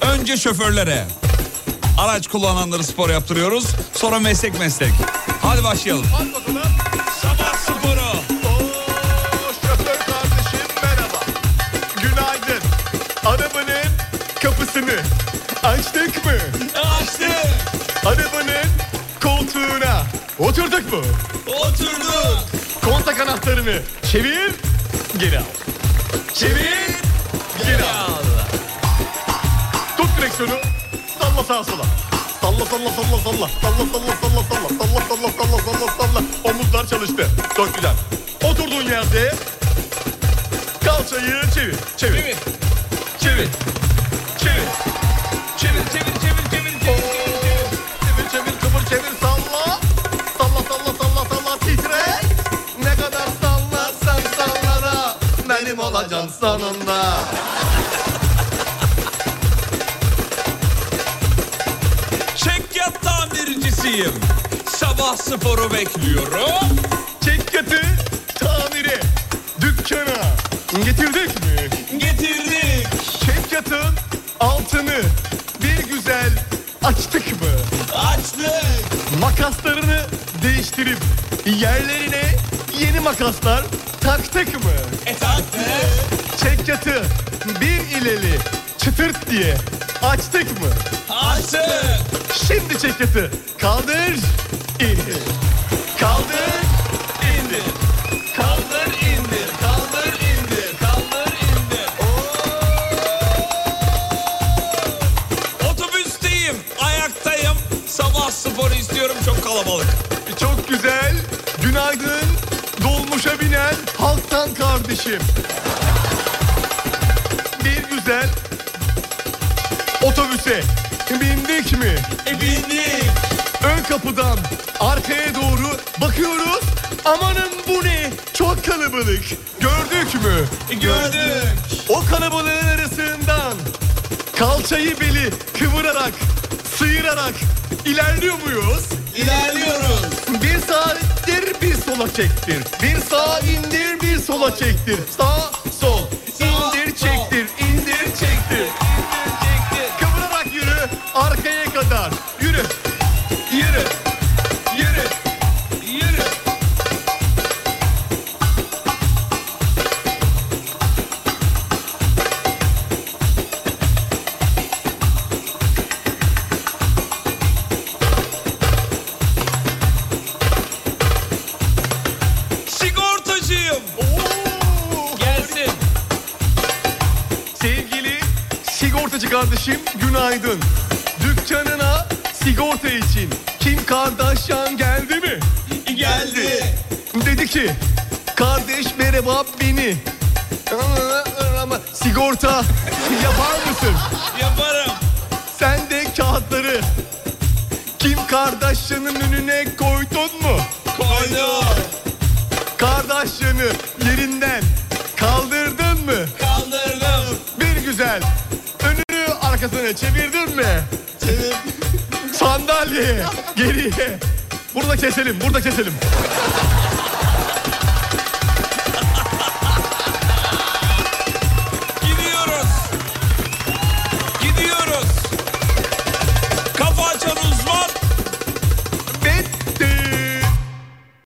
Speaker 2: Önce şoförlere. Araç kullananları spor yaptırıyoruz. Sonra meslek meslek. Hadi başlayalım. Sabah sporu.
Speaker 3: Şoför kardeşim merhaba. Günaydın. Arabanın kapısını açtık mı?
Speaker 2: Açtık.
Speaker 3: Arabanın koltuğuna oturduk mu?
Speaker 2: Oturduk.
Speaker 3: Kontak anahtarını çevir, geri al. Çevir, geri al. Tut direksiyonu, salla sağa sola. Salla salla salla salla. Salla salla salla salla. Salla salla salla salla salla. Omuzlar çalıştı. Çok güzel. Oturduğun yerde kalçayı çevir. Çevir. Çevir. Çevir. Çevir. Çevir çevir çevir çevir çevir çevir. Çevir çevir kıvır çevir salla. Salla salla salla salla titre. Ne kadar sallarsan sallara benim olacaksın sonunda.
Speaker 2: Çekyat tamircisiyim. Sabah sporu bekliyorum.
Speaker 3: Çekyatı tamiri dükkana getirdik mi?
Speaker 2: Getirdik.
Speaker 3: Çekyatın altını bir güzel açtık mı?
Speaker 2: Açtık.
Speaker 3: Makaslarını değiştirip yerlerine yeni makaslar taktık mı?
Speaker 2: E taktık.
Speaker 3: Çekyatı bir ileri çıtırt diye açtık mı?
Speaker 2: Açtık.
Speaker 3: Şimdi çekyatı kaldır indir. Kaldır indir. Kaldır indir. Kaldır indir. Kaldır indir.
Speaker 2: Otobüsteyim. Ayaktayım. Sabah sporu istiyorum. Çok kalabalık.
Speaker 3: Çok güzel. Günaydın. Dolmuşa binen halktan kardeşim. Bir güzel otobüse bindik mi?
Speaker 2: E bindik.
Speaker 3: Ön kapıdan arkaya doğru bakıyoruz. Amanın bu ne? Çok kalabalık. Gördük mü?
Speaker 2: E, gördük.
Speaker 3: O kalabalığın arasından kalçayı beli kıvırarak, sıyırarak ilerliyor muyuz?
Speaker 2: İlerliyoruz.
Speaker 3: Bir sağ indir, bir sola çektir. Bir sağ indir, bir sola çektir. Sağ, sol. indir, çektir, indir, çektir. Kıvırarak yürü, arkaya kadar. Yürü, yürü, yürü, yürü.
Speaker 2: Sigortacıyım.
Speaker 3: Gelsin. Sevgili sigortacı kardeşim günaydın. Dükkanına sigorta için Kim Kardashian geldi mi?
Speaker 2: E Geldi.
Speaker 3: Dedi ki kardeş merhaba beni. Ama sigorta yapar mısın?
Speaker 2: Yaparım.
Speaker 3: Sen de kağıtları Kim Kardashian'ın önüne koydun mu?
Speaker 2: Koydum.
Speaker 3: Kardashian'ı yerinden kaldırdın mı?
Speaker 2: Kaldırdım.
Speaker 3: Bir güzel önünü arkasına çevirdin mi? Sandalye geriye. Burada keselim, burada keselim.